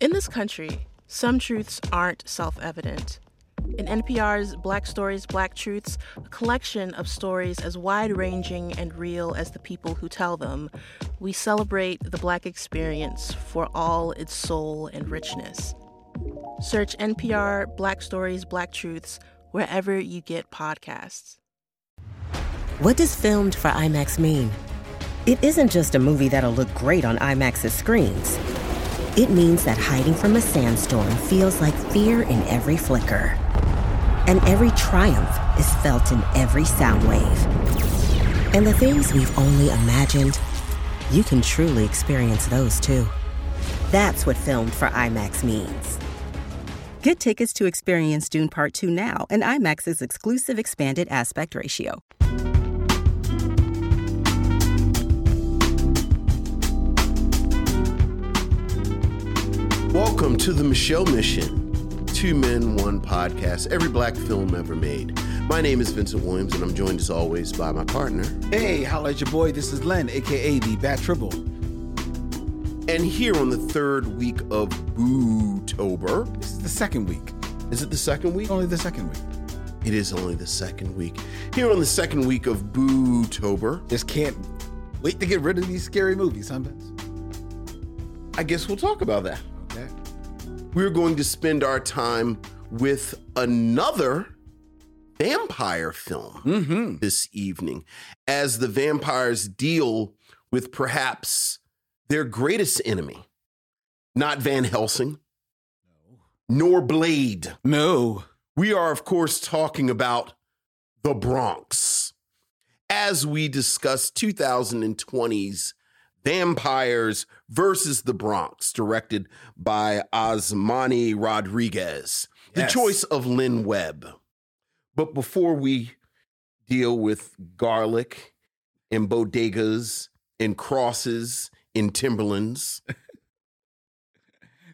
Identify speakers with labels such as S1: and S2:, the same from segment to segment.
S1: In this country, some truths aren't self evident. In NPR's Black Stories, Black Truths, a collection of stories as wide ranging and real as the people who tell them, we celebrate the Black experience for all its soul and richness. Search NPR Black Stories, Black Truths wherever you get podcasts.
S2: What does filmed for IMAX mean? It isn't just a movie that'll look great on IMAX's screens. It means that hiding from a sandstorm feels like fear in every flicker. And every triumph is felt in every sound wave. And the things we've only imagined, you can truly experience those too. That's what filmed for IMAX means. Get tickets to experience Dune Part 2 now and IMAX's exclusive expanded aspect ratio.
S3: Welcome to the Michelle Mission, Two Men, One Podcast, every black film ever made. My name is Vincent Williams, and I'm joined as always by my partner.
S4: Hey, holla at your boy. This is Len, aka the Bat Triple.
S3: And here on the third week of Bootober,
S4: This is the second week.
S3: is it the second week?
S4: Only the second week.
S3: It is only the second week. Here on the second week of Bootober,
S4: Just can't wait to get rid of these scary movies, huh, Vince?
S3: I guess we'll talk about that.
S4: Okay.
S3: We're going to spend our time with another vampire film.
S4: Mm-hmm.
S3: this evening as the vampires deal with perhaps their greatest enemy, not Van Helsing, nor Blade.
S4: No.
S3: We are, of course, talking about the Bronx as we discuss 2020's Vampires versus the Bronx, directed by Osmani Rodriguez,
S4: Yes.
S3: the choice of Lynn Webb. But before we deal with garlic and bodegas and crosses and Timberlands,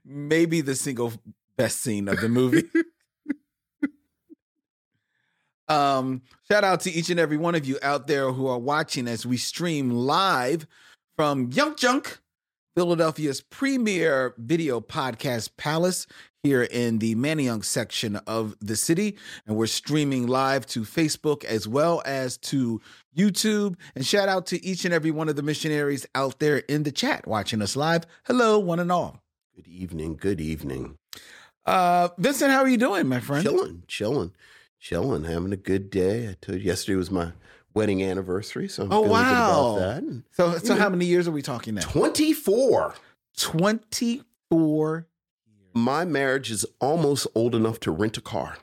S4: Maybe the single best scene of the movie. um, shout out to each and every one of you out there who are watching as we stream live from Yunk Junk, Philadelphia's premier video podcast palace here in the Manayunk section of the city. And we're streaming live to Facebook as well as to YouTube. And shout out to each and every one of the missionaries out there in the chat watching us live. Hello, one and all.
S3: good evening, good evening.
S4: Uh, Vincent, how are you doing, my friend?
S3: Chilling, chilling, chilling, having a good day. I told you yesterday was my wedding anniversary, so I'm
S4: Oh,
S3: feeling
S4: wow.
S3: good about that. And
S4: So, so
S3: Mm.
S4: how many years are we talking now?
S3: 24.
S4: Twenty-four.
S3: My marriage is almost old enough to rent a car.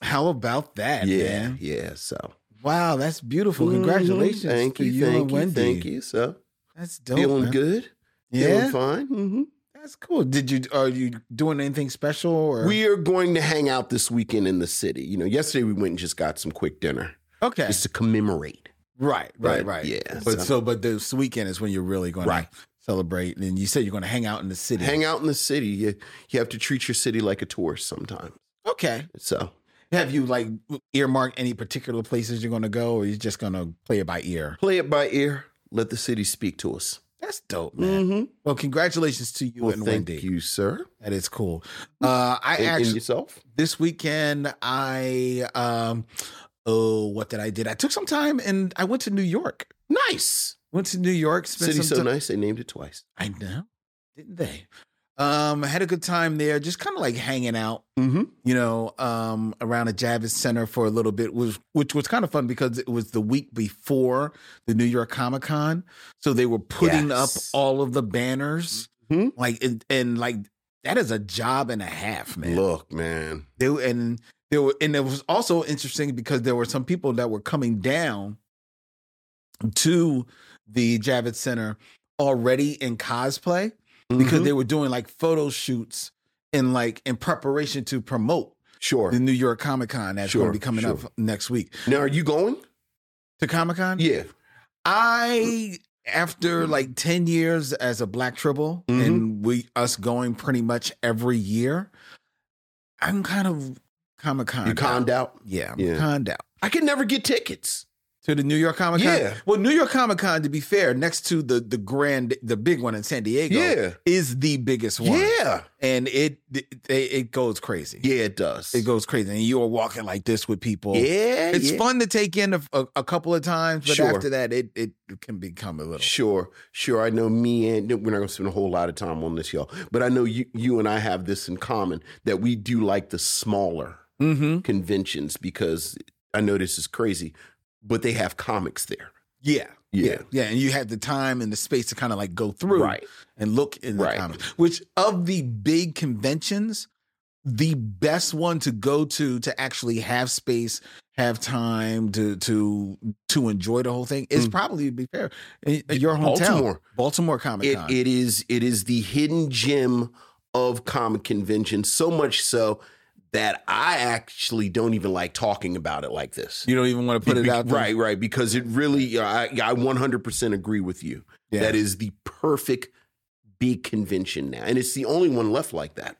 S4: How about that,
S3: yeah,
S4: man?
S3: yeah. So
S4: Wow, that's beautiful. Congratulations
S3: Mhm. Thank
S4: to
S3: you,
S4: you,
S3: thank
S4: and
S3: you,
S4: Wendy.
S3: thank you. So
S4: That's dope.
S3: feeling
S4: man.
S3: good,
S4: Yeah,
S3: feeling fine. hmm
S4: that's cool. Did you are you doing anything special? Or
S3: We are going to hang out this weekend in the city. You know, yesterday we went and just got some quick dinner
S4: okay,
S3: just to commemorate.
S4: right, right,
S3: but,
S4: right.
S3: yeah,
S4: but
S3: so-
S4: so, but this weekend is when you're really going
S3: Right.
S4: to celebrate, and you said you're going to hang out in the city.
S3: Hang out in the city. You, you have to treat your city like a tourist sometimes.
S4: Okay.
S3: So
S4: Have you like earmarked any particular places you're going to go, or you just going to play it by ear?
S3: play it by ear. Let the city speak to us.
S4: That's dope, man.
S3: Mhm.
S4: Well, congratulations to you
S3: Well,
S4: and
S3: thank
S4: Wendy.
S3: you, sir.
S4: That is cool. Uh, I
S3: And- and
S4: actually
S3: yourself.
S4: this weekend I um oh what did I did? I took some time and I went to New York.
S3: Nice.
S4: Went to New York. Spent
S3: City's
S4: some
S3: so
S4: ti-
S3: nice. They named it twice.
S4: I know, didn't they? Um, I had a good time there, just kind of like hanging out,
S3: Mm-hmm.
S4: you know, um, around the Javis Center for a little bit, which which was kind of fun because it was the week before the New York Comic Con, so they were putting
S3: Yes.
S4: up all of the banners,
S3: Mhm.
S4: like and, and like that is a job and a half, man.
S3: Look, man.
S4: they and there were and it was also interesting because there were some people that were coming down to the Javits Center already in cosplay because
S3: Mhm.
S4: they were doing like photo shoots in like in preparation to promote
S3: sure.
S4: the New York Comic Con that's going
S3: Sure,
S4: to be coming
S3: sure.
S4: up next week
S3: Now, are you going?
S4: to Comic Con.
S3: Yeah.
S4: I after like 10 years as a black triple
S3: Mhm.
S4: and we us going pretty much every year I'm kind of Comic Con
S3: You conned out.
S4: Yeah, I'm
S3: Yeah.
S4: conned out.
S3: I could never get tickets.
S4: To the New York Comic Con?
S3: Yeah.
S4: Well, New York Comic Con, to be fair, next to the the grand, the big one in San Diego,
S3: Yeah.
S4: is the biggest one.
S3: Yeah.
S4: And it it, it goes crazy.
S3: Yeah, it does.
S4: It goes crazy. And you are walking like this with people.
S3: yeah.
S4: It's
S3: yeah.
S4: fun to take in a, a, a couple of times, but
S3: Sure.
S4: after that, it, it can become a little.
S3: Sure, sure. I know me and we're not going to spend a whole lot of time on this, y'all. But I know you, you and I have this in common that we do like the smaller
S4: Mm-hmm.
S3: conventions because I know this is crazy, but they have comics there.
S4: Yeah.
S3: Yeah.
S4: Yeah. And you had the time and the space to kind of like go through
S3: Right.
S4: and look in the
S3: Right.
S4: comics, which of the big conventions, the best one to go to to actually have space, have time to to to enjoy the whole thing is
S3: Mm.
S4: probably to be fair. in- in Your hometown,
S3: Baltimore.
S4: Baltimore Comic
S3: It,
S4: Con.
S3: it is it is the hidden gem of comic convention. So much so that I actually don't even like talking about it like this.
S4: You don't even want to put it
S3: Be-
S4: out there.
S3: right, right, because it really I, I 100% agree with you.
S4: Yeah.
S3: That is the perfect big convention now, and it's the only one left like that.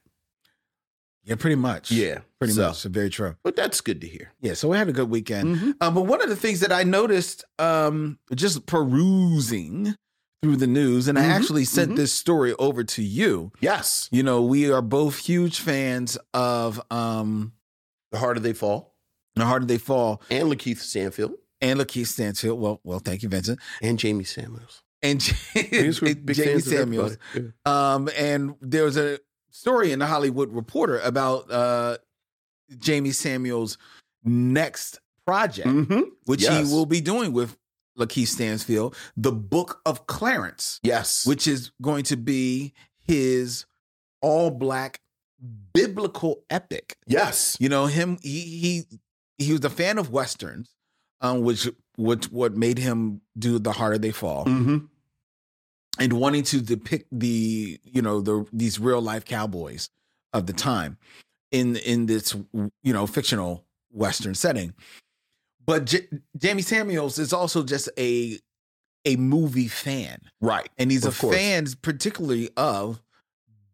S4: Yeah, pretty much. Pretty
S3: so,
S4: much. So very true.
S3: But that's good to hear.
S4: Yeah, so we had a good weekend. Um, but one of the things that I noticed, um, just perusing through the news, and I
S3: Mhm,
S4: actually sent
S3: mhm.
S4: this story over to you.
S3: Yes,
S4: You know, we are both huge fans of um,
S3: the harder they fall,
S4: The Harder They Fall
S3: and Lakeith Stanfield
S4: and Lakeith Stanfield. Well, well, thank you, Vincent.
S3: and Jamie Samuels.
S4: And
S3: These were big
S4: Jamie
S3: fans of
S4: Samuels.
S3: everybody. Yeah.
S4: Um, and there was a story in the Hollywood Reporter about uh, Jamie Samuels' next project.
S3: Mhm.
S4: which
S3: Yes.
S4: he will be doing with Lakeith Stansfield, the Book of Clarence,
S3: Yes,
S4: which is going to be his all black biblical epic.
S3: yes,
S4: You know, him he he he was a fan of westerns, um, which which what made him do The Harder They Fall.
S3: mm-hmm.
S4: And wanting to depict the, you know, the these real life cowboys of the time in in this you know fictional western setting but J- jamie samuels is also just a a movie fan
S3: right.
S4: and he's
S3: Of
S4: a
S3: course.
S4: fan particularly of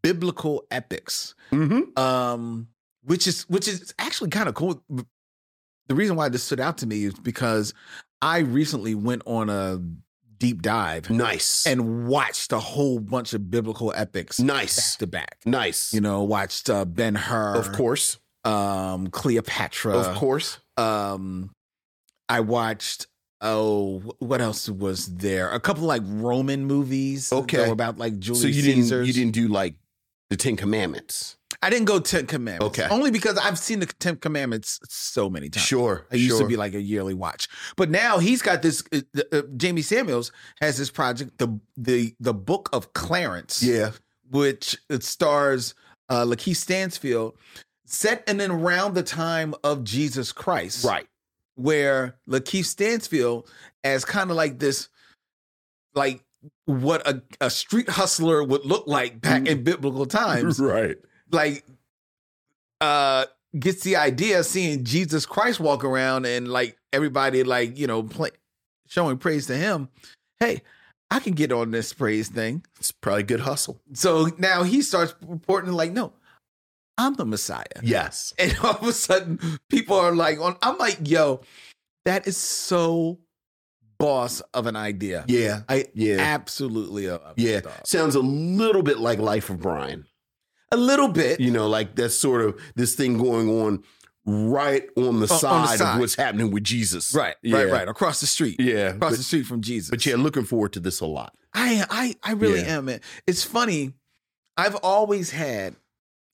S4: biblical epics
S3: Mm-hmm.
S4: um which is which is actually kind of cool the reason why this stood out to me is because i recently went on a deep dive
S3: Nice
S4: and watched a whole bunch of biblical epics back
S3: nice,
S4: to back
S3: nice.
S4: you know, watched uh, Ben Hur,
S3: of course,
S4: um, Cleopatra,
S3: of course.
S4: Um, I watched. Oh, wh- what else was there? A couple like Roman movies. that
S3: Okay.
S4: were about like Julius
S3: so you didn't
S4: Caesar's.
S3: you didn't do like the Ten Commandments?
S4: I didn't go Ten Commandments.
S3: Okay.
S4: only because I've seen the Ten Commandments so many times.
S3: Sure,
S4: It used
S3: sure.
S4: to be like a yearly watch, but now he's got this. Uh, the- uh, Jamie Samuels has this project, the the the Book of Clarence.
S3: yeah,
S4: which it stars uh, Lakeith Stansfield, set and then around the time of Jesus Christ,
S3: right.
S4: Where Lakeith Stansfield, as kind of like this, like what a, a street hustler would look like back in biblical times,
S3: Right.
S4: like uh gets the idea of seeing Jesus Christ walk around and like everybody like you know play, showing praise to him. Hey, I can get on this praise thing.
S3: It's probably good hustle.
S4: So now he starts reporting like, no, I'm the Messiah.
S3: Yes.
S4: And all of a sudden, people are like, on. I'm like, yo, that is so boss of an idea.
S3: Yeah.
S4: I
S3: Yeah.
S4: absolutely love it,
S3: yeah.
S4: dog.
S3: Sounds a little bit like Life of Brian.
S4: a little bit.
S3: You know, like that's sort of this thing going on right on the,
S4: the
S3: side,
S4: side.
S3: of what's happening with Jesus.
S4: Right,
S3: Yeah.
S4: right, right. Across the street,
S3: Yeah.
S4: across
S3: But,
S4: the street from Jesus.
S3: but yeah, looking forward to this a lot.
S4: I I I really
S3: Yeah.
S4: am. It's funny. I've always had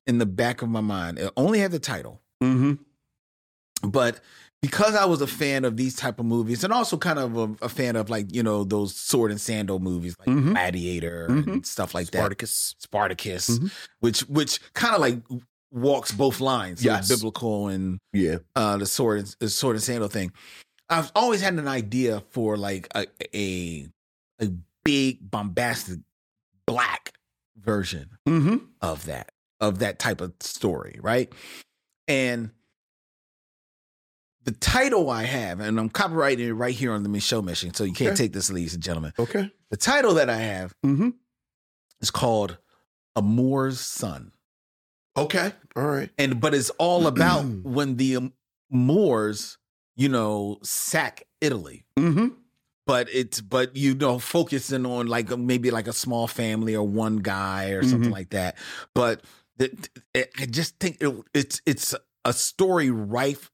S4: in the back of my mind. I only had the title.
S3: Mm-hmm.
S4: but because I was a fan of these type of movies, and also kind of a, a fan of like you know those sword and sandal movies like
S3: Mhm.
S4: Gladiator and
S3: Mhm.
S4: stuff like
S3: Spartacus.
S4: that, Mm-hmm. Mm-hmm. Spartacus,
S3: Mhm.
S4: which which kind of like walks both lines, like
S3: Yes.
S4: biblical and
S3: Yeah.
S4: uh, the sword and the sword and sandal thing. I've always had an idea for like a a, a big bombastic black version
S3: Mm-hmm.
S4: of that of that type of story, right? And the title I have, and I'm copyrighting it right here on the Michelle Mission, so you can't
S3: Okay.
S4: take this, ladies and gentlemen.
S3: Okay.
S4: The title that I have
S3: Mm-hmm.
S4: is called "A Moor's Son,"
S3: Okay. All right.
S4: and but it's all about when the um, Moors, you know, sack Italy.
S3: Mm-hmm.
S4: But it's but you know focusing on like maybe like a small family or one guy or something
S3: Mhm.
S4: like that. But the, it, I just think it, it's it's a story rife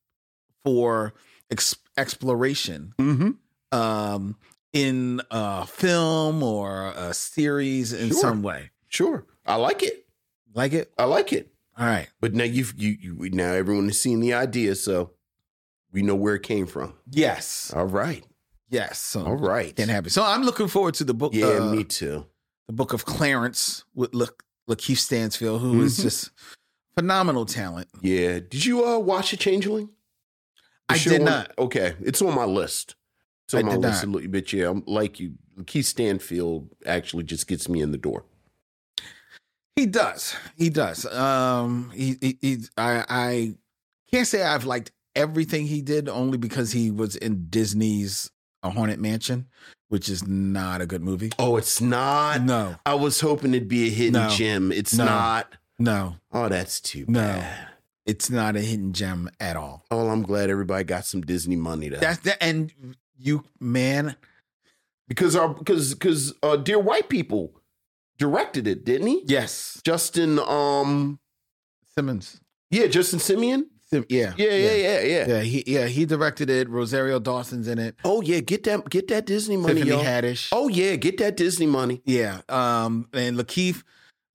S4: for ex- exploration
S3: Mm-hmm.
S4: um, in a film or a series in
S3: Sure.
S4: some way.
S3: Sure. I like it.
S4: Like it?
S3: I like it.
S4: All right.
S3: But now you've you, you we- now everyone has seen the idea, so we know where it came from. Uh,
S4: Yes.
S3: All right.
S4: Yes. So
S3: All right.
S4: Can happen. So I'm looking forward to the book.
S3: Yeah,
S4: uh,
S3: me too.
S4: the book of Clarence with La- Lakeith Stansfield, who is
S3: Mhm.
S4: just phenomenal talent.
S3: Yeah. Did you uh watch a changeling? The
S4: I
S3: show
S4: did
S3: on-
S4: not.
S3: Okay. It's on my list. It's on
S4: I
S3: my
S4: did
S3: list
S4: not.
S3: a little bit. Yeah. I'm like you. Keith Stanfield actually just gets me in the door.
S4: He does. He does. Um, he, he, he I, I can't say I've liked everything he did only because he was in Disney's A Haunted Mansion, which is not a good movie.
S3: Oh, it's not.
S4: No,
S3: I was hoping it'd be a hidden
S4: No.
S3: gem. It's
S4: No.
S3: not.
S4: no,
S3: Oh, that's too
S4: No.
S3: bad.
S4: it's not a hidden gem at all.
S3: Oh, I'm glad everybody got some Disney money though.
S4: That's that, and you, man,
S3: because our because because uh, dear white people directed it, didn't he?
S4: yes,
S3: Justin, um,
S4: Simmons,
S3: yeah, Justin Simeon.
S4: Sim, yeah,
S3: Yeah, yeah, yeah, yeah.
S4: yeah, he, yeah, he directed it. Rosario Dawson's in it.
S3: Oh yeah, get that get that Disney money,
S4: Tiffany
S3: y'all.
S4: Haddish.
S3: Oh yeah, get that Disney money.
S4: yeah. Um, and Lakeith,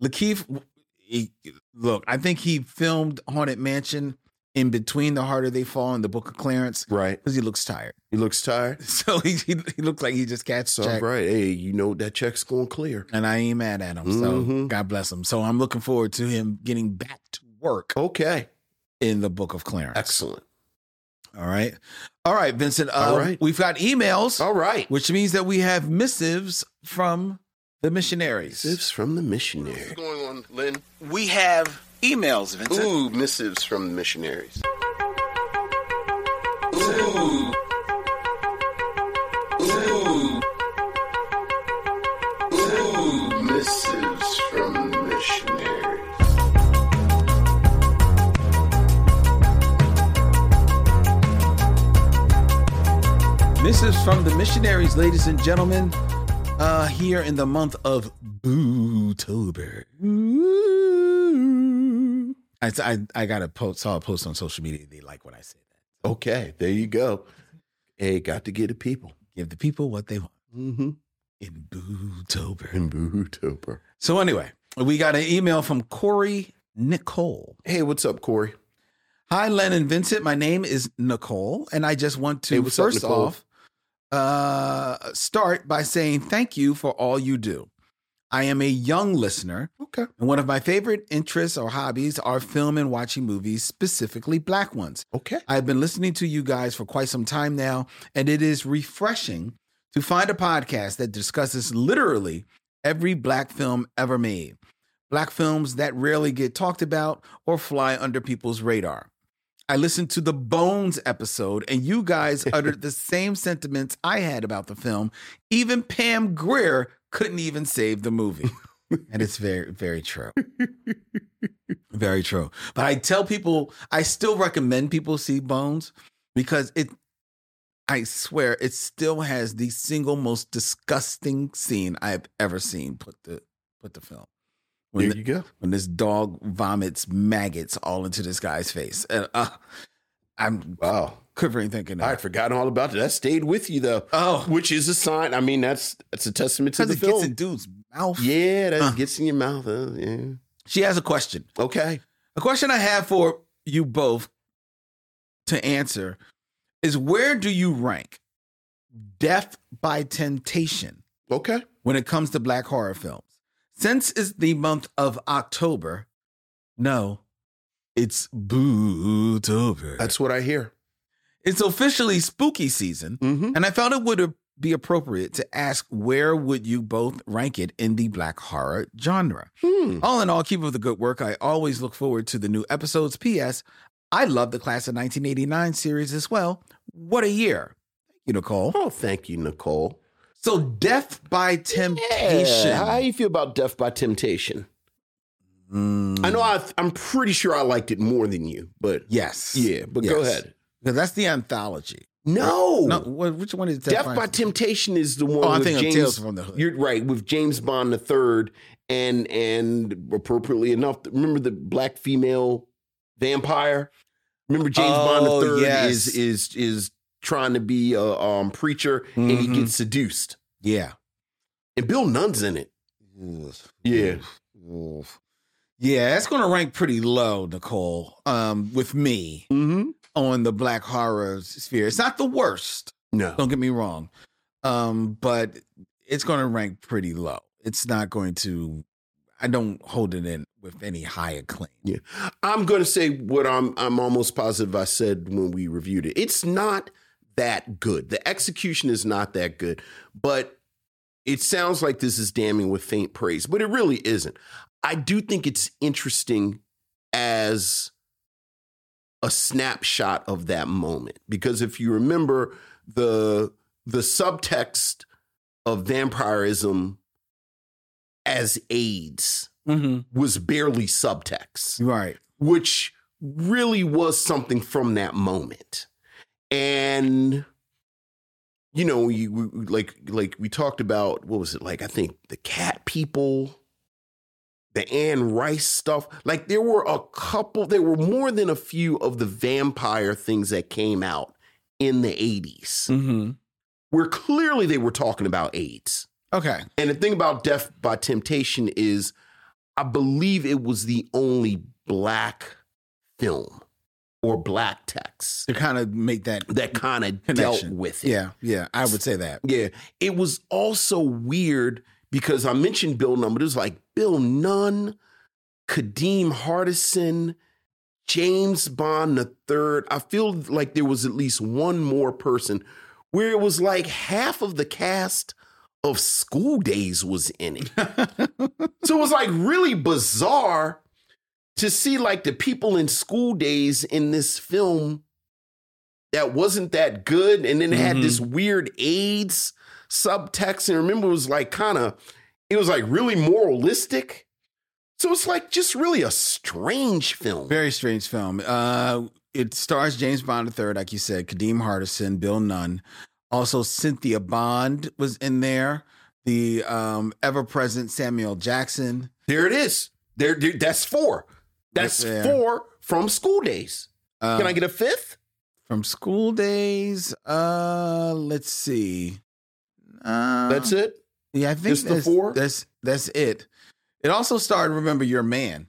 S4: Lakeith, he- look, I think he filmed Haunted Mansion in between The Harder They Fall and The Book of Clarence
S3: Right.
S4: because he looks tired.
S3: He looks tired.
S4: So he he, he looks like he just catch
S3: So
S4: check.
S3: right, hey, you know that check's going to clear.
S4: And I ain't mad at him. So
S3: Mhm.
S4: God bless him. So I'm looking forward to him getting back to work
S3: Okay,
S4: in The Book of Clarence.
S3: excellent.
S4: All right. All right, Vincent. Uh,
S3: All right.
S4: We've got emails,
S3: All right,
S4: which means that we have missives from the missionaries.
S3: missives from the missionary. going on, Lynn?
S5: We have emails, Vincent.
S3: Ooh, missives from the missionaries. Missives from the missionaries.
S4: Missives from the missionaries, ladies and gentlemen, uh, here in the month of Bootober. I, I, I got a post, saw a post on social media. They like what I said.
S3: Okay, there you go. Hey, got to get the people.
S4: Give the people what they want
S3: Mm-hmm.
S4: in Bootober.
S3: In Bootober.
S4: So, anyway, we got an email from Corey Nicole.
S3: Hey, what's up, Corey?
S4: Hi, Len and Vincent. My name is Nicole, and I just want to
S3: Hey, what's up,
S4: first
S3: Nicole?
S4: off uh, start by saying thank you for all you do. I am a young listener,
S3: Okay.
S4: and one of my favorite interests or hobbies are film and watching movies, specifically black ones.
S3: Okay.
S4: I've been listening to you guys for quite some time now, and it is refreshing to find a podcast that discusses literally every black film ever made, black films that rarely get talked about or fly under people's radar. I listened to the Bones episode, and you guys uttered the same sentiments I had about the film. Even Pam Grier couldn't even save the movie. And it's very, very true. very true. But I tell people, I still recommend people see Bones because it, I swear, it still has the single most disgusting scene I've ever seen put the put the film. When,
S3: There
S4: the-
S3: you go.
S4: when this dog vomits maggots all into this guy's face. And, uh, I'm
S3: Wow.
S4: quivering thinking
S3: I
S4: of
S3: had
S4: it.
S3: forgotten all about it. That stayed with you though.
S4: Oh.
S3: Which is a sign. I mean, that's that's a testament to
S4: because
S3: the
S4: it gets in
S3: film.
S4: dude's mouth.
S3: yeah, that
S4: Uh.
S3: gets in your mouth. huh? yeah.
S4: She has a question.
S3: Okay.
S4: A question I have for you both to answer is where do you rank Death by Temptation
S3: Okay.
S4: when it comes to black horror films? Since it's the month of October, no, it's Bootober.
S3: That's what I hear.
S4: it's officially spooky season,
S3: Mm-hmm.
S4: and I felt it would be appropriate to ask where would you both rank it in the black horror genre?
S3: Hmm.
S4: All in all, keep up the good work. I always look forward to the new episodes. P.S. I love the class of 1989 series as well. What a year. Thank you, Nicole.
S3: Oh, thank you, Nicole.
S4: So, Death by Temptation.
S3: Yeah. How you feel about Death by Temptation?
S4: Mm,
S3: I know I, I'm pretty sure I liked it more than you, but
S4: Yes.
S3: yeah, but go
S4: Yes.
S3: ahead.
S4: Because that's the anthology.
S3: No.
S4: No, what, which one is Death,
S3: Death by Temptation is the one.
S4: Oh, I
S3: with
S4: think of
S3: James,
S4: Tales from the Hood.
S3: You're right with James Bond the third, and and appropriately enough, remember the black female vampire. Remember James Bond
S4: Oh,
S3: the third
S4: yes.
S3: is is is trying to be a um, preacher, and he
S4: Mhm.
S3: gets seduced,
S4: Yeah.
S3: and Bill Nunn's in it. Yeah.
S4: Yeah, that's going to rank pretty low, Nicole, um, with me
S3: Mm-hmm.
S4: on the black horror sphere. It's not the worst,
S3: No.
S4: don't get me wrong, um, but it's going to rank pretty low. It's not going to, I don't hold it in with any high acclaim.
S3: Yeah. I'm going to say what I'm I'm almost positive I said when we reviewed it. It's not that good. The execution is not that good, but it sounds like this is damning with faint praise, but it really isn't. I do think it's interesting as a snapshot of that moment because if you remember the the subtext of vampirism as AIDS
S4: Mm-hmm.
S3: was barely subtext
S4: Right.
S3: which really was something from that moment. And you know, you we- we- like like we talked about what was it like? I think the cat people, the Anne Rice stuff. Like there were a couple, there were more than a few of the vampire things that came out in the 80s
S4: Mm-hmm.
S3: where clearly they were talking about AIDS.
S4: Okay.
S3: And the thing about Death by Temptation is, I believe it was the only black film or black text
S4: To kind of make that
S3: that kind of dealt
S4: connection
S3: with it.
S4: Yeah. Yeah. I would say that.
S3: Yeah. It was also weird because I mentioned Bill Nunn, but it was like Bill Nunn, Kadeem Hardison, James Bond the third. I feel like there was at least one more person where it was like half of the cast of school days was in it. so it was like really bizarre to see like the people in school days in this film that wasn't that good and then it had
S4: Mhm.
S3: this weird AIDS subtext and remember it was like kind of it was like really moralistic so it's like just really a strange film
S4: Very strange film. Uh, it stars James Bond III, like you said, Kadeem Hardison, Bill Nunn. Also, Cynthia Bond was in there. The um, ever-present Samuel Jackson.
S3: there it is there, there- that's four that's
S4: Yeah.
S3: four from school days
S4: Um,
S3: can i get a fifth
S4: from school days? Uh, let's see. Uh,
S3: that's it
S4: Yeah, I think
S3: Just the
S4: that's,
S3: four?
S4: That's that's it. It also starred. Remember your man,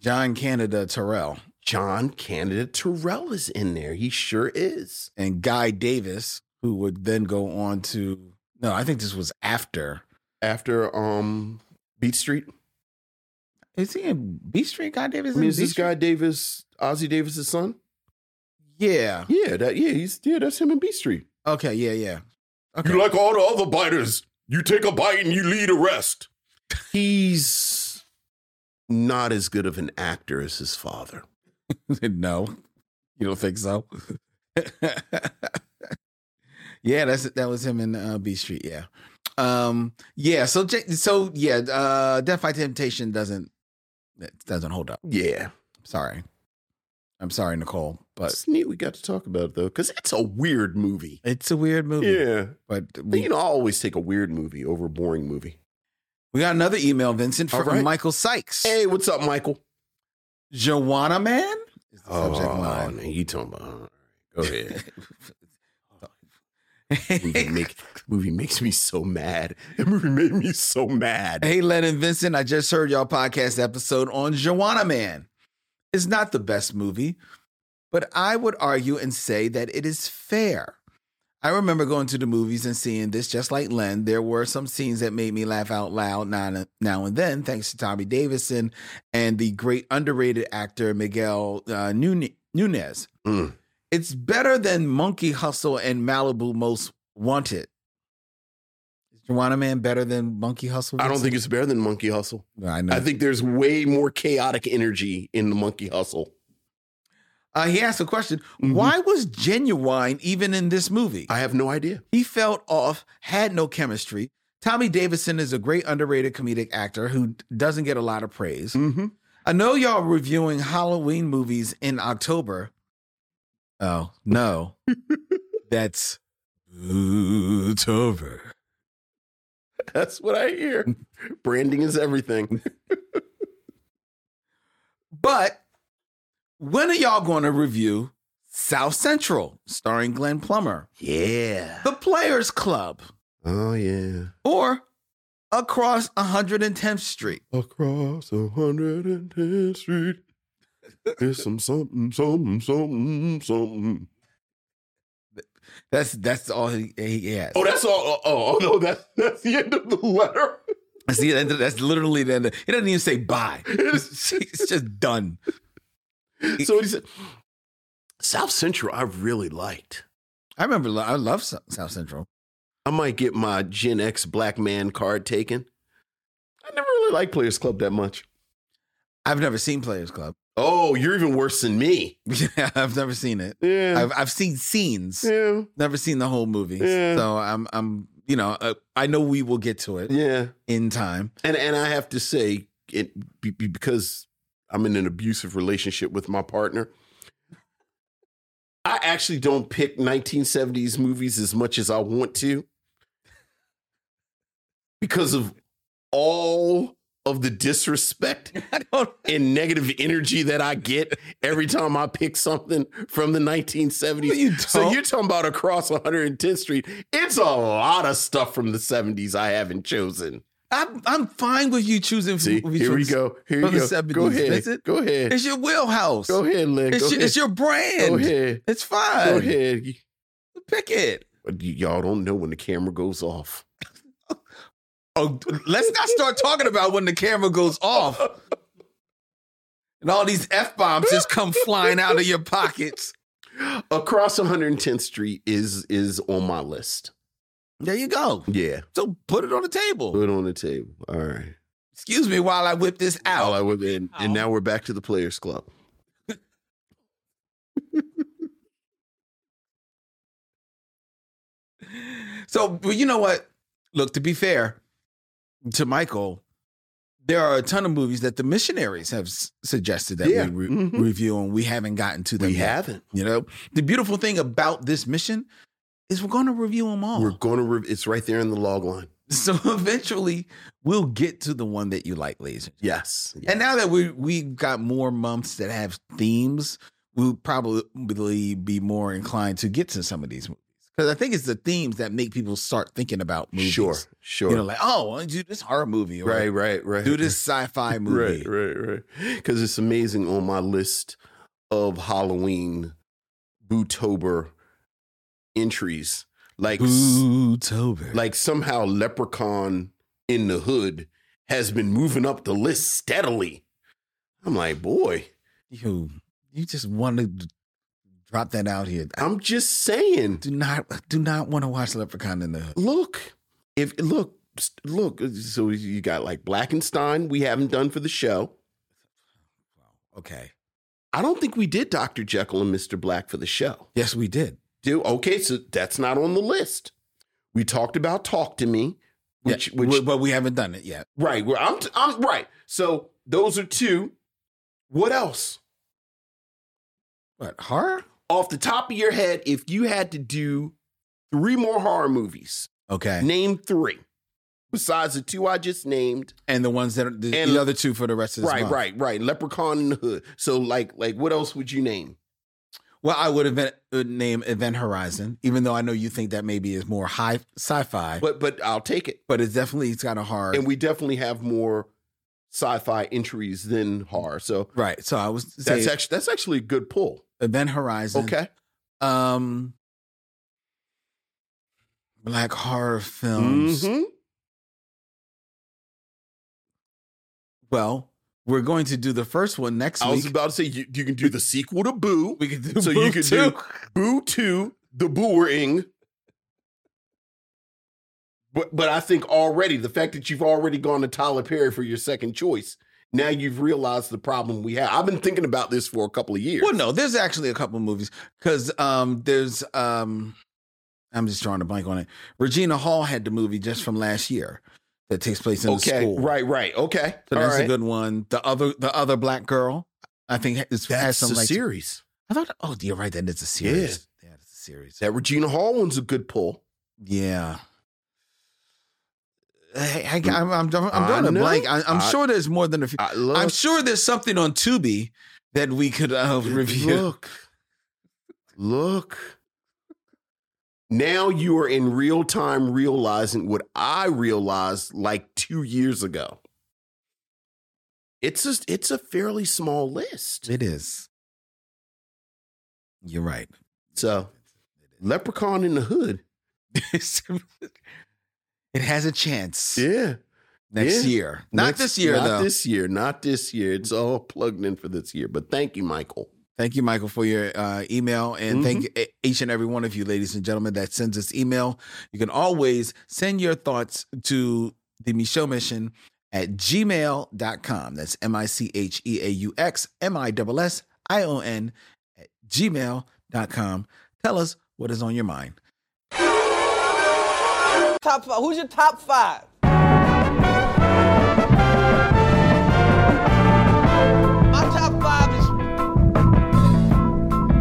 S4: John Canada Terrell,
S3: john canada terrell is in there he sure is
S4: and Guy Davis, who would then go on to. No, I think this was after.
S3: after um Beat Street.
S4: Is he in B Street? God Davis
S3: I mean,
S4: in
S3: is
S4: B
S3: this
S4: Street?
S3: guy Davis Ozzy Davis' son?
S4: Yeah.
S3: Yeah, that yeah, he's yeah, that's him in B Street.
S4: Okay. Yeah. Yeah. Okay.
S3: You like all the other biters. You take a bite and you lead a rest. He's not as good of an actor as his father.
S4: no, you don't think so. yeah, that's that was him in uh, B Street. Yeah. Um. Yeah. So. J- So. Yeah. Uh. Death by Temptation doesn't. It doesn't hold up.
S3: Yeah.
S4: Sorry. I'm sorry, Nicole, but
S3: it's neat we got to talk about it though, because it's a weird movie.
S4: it's a weird movie.
S3: Yeah.
S4: But
S3: You
S4: we,
S3: know, I always take a weird movie over a boring movie.
S4: we got another email, Vincent,
S3: All
S4: from
S3: right.
S4: Michael Sykes.
S3: Hey, what's up, Michael?
S4: Joanna Man is the subject line.
S3: man, Oh, you talking about all right, go ahead. movie, make, movie makes me so mad. That movie made me so mad.
S4: Hey, Len and Vincent, I just heard y'all podcast episode on Joanna Man. It's not the best movie, but I would argue and say that it is fair. I remember going to the movies and seeing this just like Len. There were some scenes that made me laugh out loud now, now and then, thanks to Tommy Davidson and the great underrated actor Miguel uh, Nune- Nunez.
S3: Mm.
S4: It's better than Monkey Hustle and Malibu Most Wanted. Is Joanna Man better than Monkey Hustle?
S3: I don't
S4: Vincent?
S3: think it's better than Monkey Hustle.
S4: No, I know.
S3: I think there's way more chaotic energy in the Monkey Hustle.
S4: uh, he asked a question.
S3: Mhm.
S4: Why was Genuine even in this movie?
S3: I have no idea.
S4: he felt off, had no chemistry. Tommy Davidson is a great underrated comedic actor who doesn't get a lot of praise.
S3: Mm-hmm.
S4: I know y'all reviewing Halloween movies in October, Oh, no. That's "Ooh, it's over.
S3: That's what I hear. Branding is everything.
S4: But when are y'all going to review South Central, starring Glenn Plummer,
S3: Yeah.
S4: The Players Club,
S3: Oh yeah.
S4: or Across 110th Street?
S3: Across 110th Street. There's some something, something, something, something.
S4: That's that's all he, he has.
S3: Oh, that's all. Oh, oh, oh, no, that's that's the end of the letter.
S4: That's the end. of- That's literally the end. Of, he doesn't even say bye. It's, it's just done.
S3: So he said, South Central, I really liked.
S4: I remember. lo- I love Sou- South Central.
S3: I might get my Gen X black man card taken. I never really liked Players Club that much.
S4: I've never seen Players Club.
S3: Oh, you're even worse than me.
S4: Yeah, I've never seen it.
S3: Yeah.
S4: I've I've seen scenes.
S3: yeah.
S4: Never seen the whole movie.
S3: Yeah.
S4: So I'm I'm you know uh, I know we will get to it
S3: Yeah.
S4: in time.
S3: And and I have to say it be- be- because I'm in an abusive relationship with my partner. I actually don't pick 1970s movies as much as I want to because of all of the disrespect
S4: I don't.
S3: and negative energy that I get every time I pick something from the 1970s.
S4: No, you
S3: so
S4: don't.
S3: you're talking about across 110th Street. It's a lot of stuff from the 70s I haven't chosen.
S4: I'm I'm fine with you choosing.
S3: See,
S4: movies
S3: here
S4: from
S3: we
S4: the-
S3: go. Here
S4: from
S3: you
S4: the
S3: go. Go
S4: 70s.
S3: ahead.
S4: That's it?
S3: Go ahead.
S4: It's your wheelhouse.
S3: Go ahead, Leg.
S4: It's
S3: Go
S4: your,
S3: ahead.
S4: it's your brand.
S3: Go ahead.
S4: It's fine.
S3: Go ahead. Y-
S4: Pick it.
S3: Y'all don't know when the camera goes off.
S4: Oh, let's not start talking about when the camera goes off and all these f bombs just come flying out of your pockets.
S3: Across 110th Street is is on my list.
S4: There you go.
S3: Yeah.
S4: So put it on the table.
S3: Put it on the table. All right.
S4: Excuse me while I whip this
S3: All I
S4: out.
S3: would, and, and now we're back to the Players Club.
S4: So, but you know what? Look, to be fair to Michael, there are a ton of movies that the missionaries have s- suggested that
S3: Yeah.
S4: we re-
S3: Mhm.
S4: review, and we haven't gotten to them.
S3: We
S4: yet.
S3: haven't.
S4: You know, the beautiful thing about this mission is we're going to review them all.
S3: We're going to, rev it's right there in the log line.
S4: So eventually, we'll get to the one that you like, ladies.
S3: Yes.
S4: And now that we we've got more months that have themes, we'll probably be more inclined to get to some of these movies because I think it's the themes that make people start thinking about movies.
S3: Sure. Sure.
S4: You know, like oh, I want to do this horror movie, or
S3: right, right, right.
S4: Do this sci-fi movie.
S3: Right, right, right. Because it's amazing on my list of Halloween Bootober entries. Like,
S4: Bootober.
S3: like somehow Leprechaun in the Hood has been moving up the list steadily. I'm like, boy,
S4: you, you just want to drop that out here. I
S3: I'm just saying.
S4: do not, do not want to watch Leprechaun in the Hood.
S3: Look, if look, look. So you got like Blackenstein. We haven't done for the show.
S4: Okay.
S3: I don't think we did Doctor Jekyll and Mister Black for the show.
S4: Yes, we did.
S3: do. Okay, so that's not on the list. We talked about talk to me, which
S4: Yeah,
S3: which
S4: w- but we haven't done it yet.
S3: right. Where I'm t- I'm right. So those are two. What else?
S4: What horror?
S3: Off the top of your head, if you had to do three more horror movies,
S4: Okay.
S3: name three besides the two I just named.
S4: and the ones that are the,
S3: And-
S4: the other two for the rest of this
S3: right,
S4: month.
S3: right, right. Leprechaun in the Hood. So like like what else would you name?
S4: Well, I would event uh, name Event Horizon, even though I know you think that maybe is more high sci-fi, but,
S3: But but I'll take it.
S4: it's definitely it's got a hard
S3: And we definitely have more sci-fi entries than horror. So
S4: right. So I was saying
S3: that's actually that's actually a good pull.
S4: Event Horizon.
S3: Okay.
S4: Um, black horror films.
S3: Mhm.
S4: Well, we're going to do the first one next
S3: I was
S4: week.
S3: about to say you, you can do the sequel to Boo,
S4: we can do
S3: so
S4: Boo
S3: you could
S4: too.
S3: do Boo Two, The Booing. But but I think already the fact that you've already gone to Tyler Perry for your second choice, now you've realized the problem we have. I've been thinking about this for a couple of years.
S4: Well, no, there's actually a couple of movies because um, there's um, I'm just drawing a blank on it. Regina Hall had the movie just from last year that takes place in the
S3: okay,
S4: school.
S3: right, right, okay.
S4: so
S3: All
S4: that's
S3: right.
S4: a good one. The other, the other black girl, I think it's has
S3: That's
S4: some
S3: a
S4: like
S3: series.
S4: I thought, oh, you're right. That is a series. Yeah, that's a series.
S3: That Regina Hall one's a good pull.
S4: yeah. Hey, I, I'm, I'm, drawing- I'm
S3: Mm. I
S4: drawing a
S3: know.
S4: blank. I, I'm
S3: I-
S4: sure there's more than a few.
S3: I love.
S4: I'm sure there's something on Tubi that we could uh, review.
S3: Look, look. Now you are in real time realizing what I realized like two years ago. It's just it's a fairly small list.
S4: It is. You're right.
S3: So, Leprechaun in the Hood.
S4: it has a chance
S3: Yeah,
S4: next
S3: yeah.
S4: year. Not
S3: Next-
S4: this year,
S3: Not
S4: though.
S3: this year. Not this year. It's all plugged in for this year. But thank you, Michael.
S4: Thank you, Michael, for your uh, email. And thank e- each and every one of you, ladies and gentlemen, that sends us email. You can always send your thoughts to the Michelle Mission at gmail.com. That's M I C H E A U X M I S S I O N at gmail.com. Tell us what is on your mind.
S6: Top five. Who's your top five? My top five is.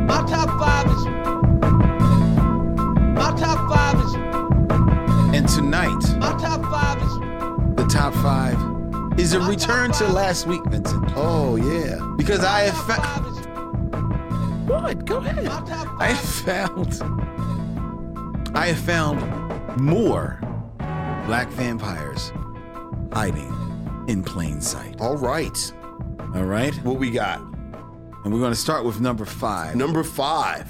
S6: My top five is. My top five is.
S4: And tonight,
S6: My top five is.
S4: the top five is a return to last week, Vincent,
S3: Oh yeah.
S4: because I have
S6: Top
S4: found.
S6: five is.
S4: What? Go ahead.
S6: My top
S4: I
S6: five.
S4: have found I have found more black vampires hiding in plain sight.
S3: All right.
S4: All right?
S3: What we got?
S4: And we're going to start with number 5.
S3: Number five.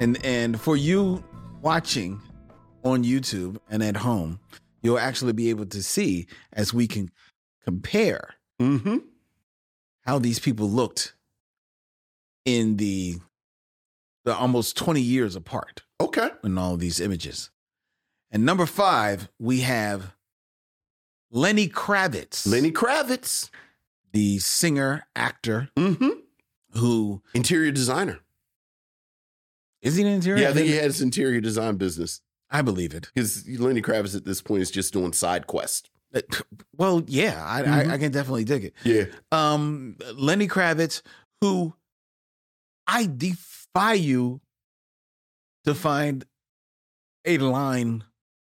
S4: And and for you watching on YouTube and at home, you'll actually be able to see as we can compare
S3: Mm-hmm.
S4: how these people looked in the the almost 20 years apart.
S3: Okay.
S4: in all these images. And number five, we have Lenny Kravitz,
S3: Lenny Kravitz.
S4: the singer actor
S3: Mm-hmm.
S4: who
S3: Interior designer.
S4: is he an interior?
S3: Yeah, I think he has interior design business
S4: I believe it.
S3: because Lenny Kravitz at this point is just doing side quest.
S4: Uh, Well, yeah, I,
S3: Mm-hmm.
S4: I, I can definitely dig it.
S3: Yeah,
S4: Um, Lenny Kravitz, who I defy you to find a line,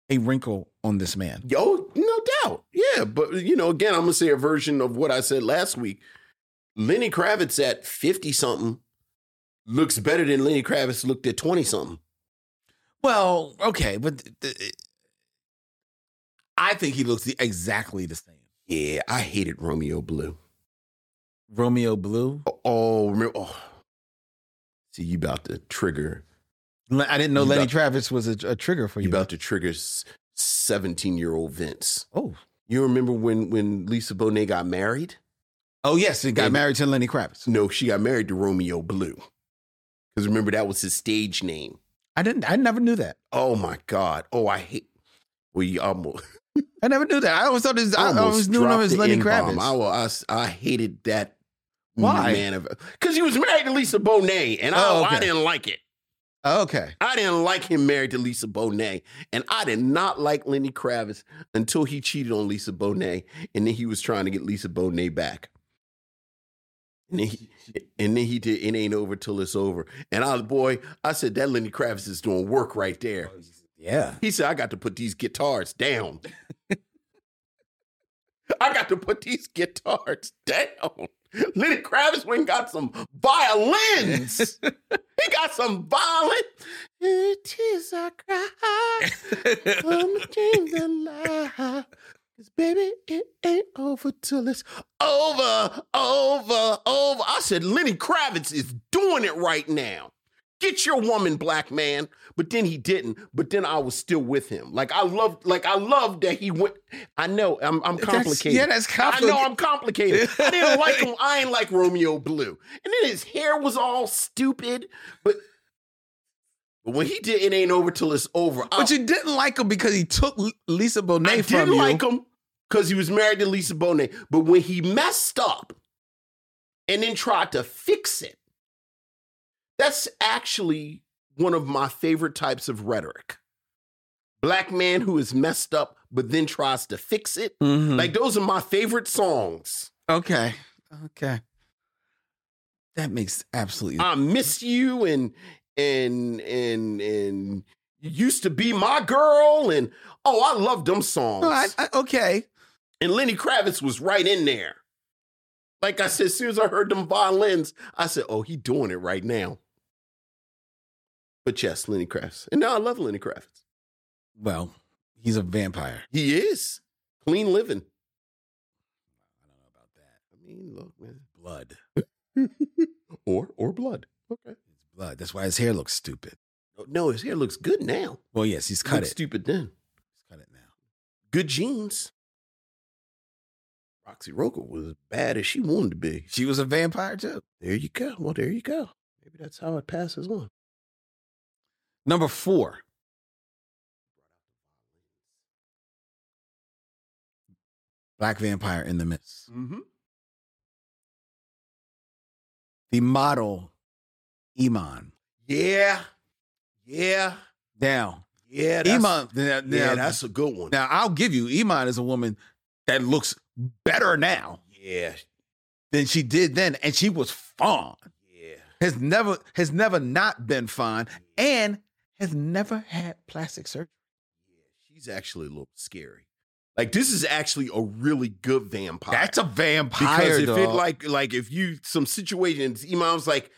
S4: a wrinkle on this man.
S3: yo, Oh, no doubt. Yeah, but you know, again, I'm gonna say a version of what I said last week. Lenny Kravitz at 50 something looks better than Lenny Kravitz looked at 20 something.
S4: Well, okay, but th- th- I think he looks the, exactly the same.
S3: Yeah, I hated Romeo Blue.
S4: Romeo Blue.
S3: Oh, remember? Oh, see, you about to trigger.
S4: Le- I didn't know
S3: You
S4: Lenny
S3: got-
S4: Travis was a, a trigger for
S3: You
S4: you.
S3: about to trigger 17 year old Vince.
S4: oh,
S3: You remember when when Lisa Bonet got married?
S4: oh yes, he got
S3: Yeah.
S4: married to Lenny Kravitz.
S3: No, she got married to Romeo Blue. Because remember, that was his stage name.
S4: I didn't. I never knew that.
S3: Oh my God. Oh, I hate. We almost,
S4: I never knew that. I always thought his. I,
S3: almost
S4: always knew him
S3: dropped
S4: as
S3: the
S4: Lenny
S3: N-bomb.
S4: Kravitz.
S3: I, wa- I s- I hated that
S4: Why?
S3: man of because he was married to Lisa Bonet, and I,
S4: Oh,
S3: I
S4: okay.
S3: didn't like it.
S4: Oh, okay.
S3: I didn't like him married to Lisa Bonet, and I did not like Lenny Kravitz until he cheated on Lisa Bonet, and then he was trying to get Lisa Bonet back. And then he, and then he did "It Ain't Over Till It's Over," and I, boy, I said that Lenny Kravitz is doing work right there.
S4: Yeah.
S3: He said, "I got to put these guitars down. I got to put these guitars down." Lenny Kravitz went and got some violins. He got some violent. It is a cry. Come change the light. 'Cause baby, it ain't over till it's over, over, over. I said, Lenny Kravitz is doing it right now. Get your woman, black man. But then he didn't. But then I was still with him. Like I loved, like I loved that he went. I know I'm, I'm
S4: That's-
S3: complicated.
S4: yeah, that's
S3: I know
S4: complicated.
S3: I'm complicated. I didn't like him. I ain't like Romeo Blue. And then his hair was all stupid. But but when he did, it ain't over till it's over. I-
S4: But you didn't like him because he took L- Lisa Bonet
S3: I
S4: from
S3: didn't
S4: you.
S3: like him because he was married to Lisa Bonet. But when he messed up and then tried to fix it, that's actually one of my favorite types of rhetoric. Black man who is messed up but then tries to fix it.
S4: Mhm.
S3: Like those are my favorite songs.
S4: okay, okay. That makes absolutely
S3: I miss you and and and and you used to be my girl and oh I love them songs.
S4: No, I- I- okay.
S3: and Lenny Kravitz was right in there. Like I said, as soon as I heard them violins, I said, oh, he doing it right now. But yes, Lenny Kravitz. And now I love Lenny Kravitz.
S4: Well, he's a vampire.
S3: He is clean living.
S4: I don't know about
S3: I mean, look, man.
S4: that. Blood.
S3: Or or blood. Okay.
S4: It's blood. That's why his hair looks stupid.
S3: No, his hair looks good now.
S4: Well, yes, he's cut
S3: Looked
S4: it.
S3: Stupid then.
S4: He's cut it now.
S3: Good genes. Roxy Roker was as bad as she wanted to be.
S4: She was a vampire too.
S3: There you go. Well, there you go. Maybe that's how it passes on.
S4: Number four. Black vampire in the mist.
S3: Mm-hmm.
S4: The model, Iman.
S3: Yeah. Yeah.
S4: Now,
S3: Yeah. That's,
S4: Iman. Now,
S3: Yeah,
S4: now-
S3: that's a good one.
S4: now I'll give you. Iman is a woman that looks better now
S3: yeah.
S4: than she did then, and she was fine.
S3: Yeah.
S4: Has never has never not been fine, and has never had plastic surgery.
S3: She's actually a little scary. Like this is actually a really good vampire.
S4: That's a vampire.
S3: because if it
S4: dog.
S3: like like if you some situations, Imam's like,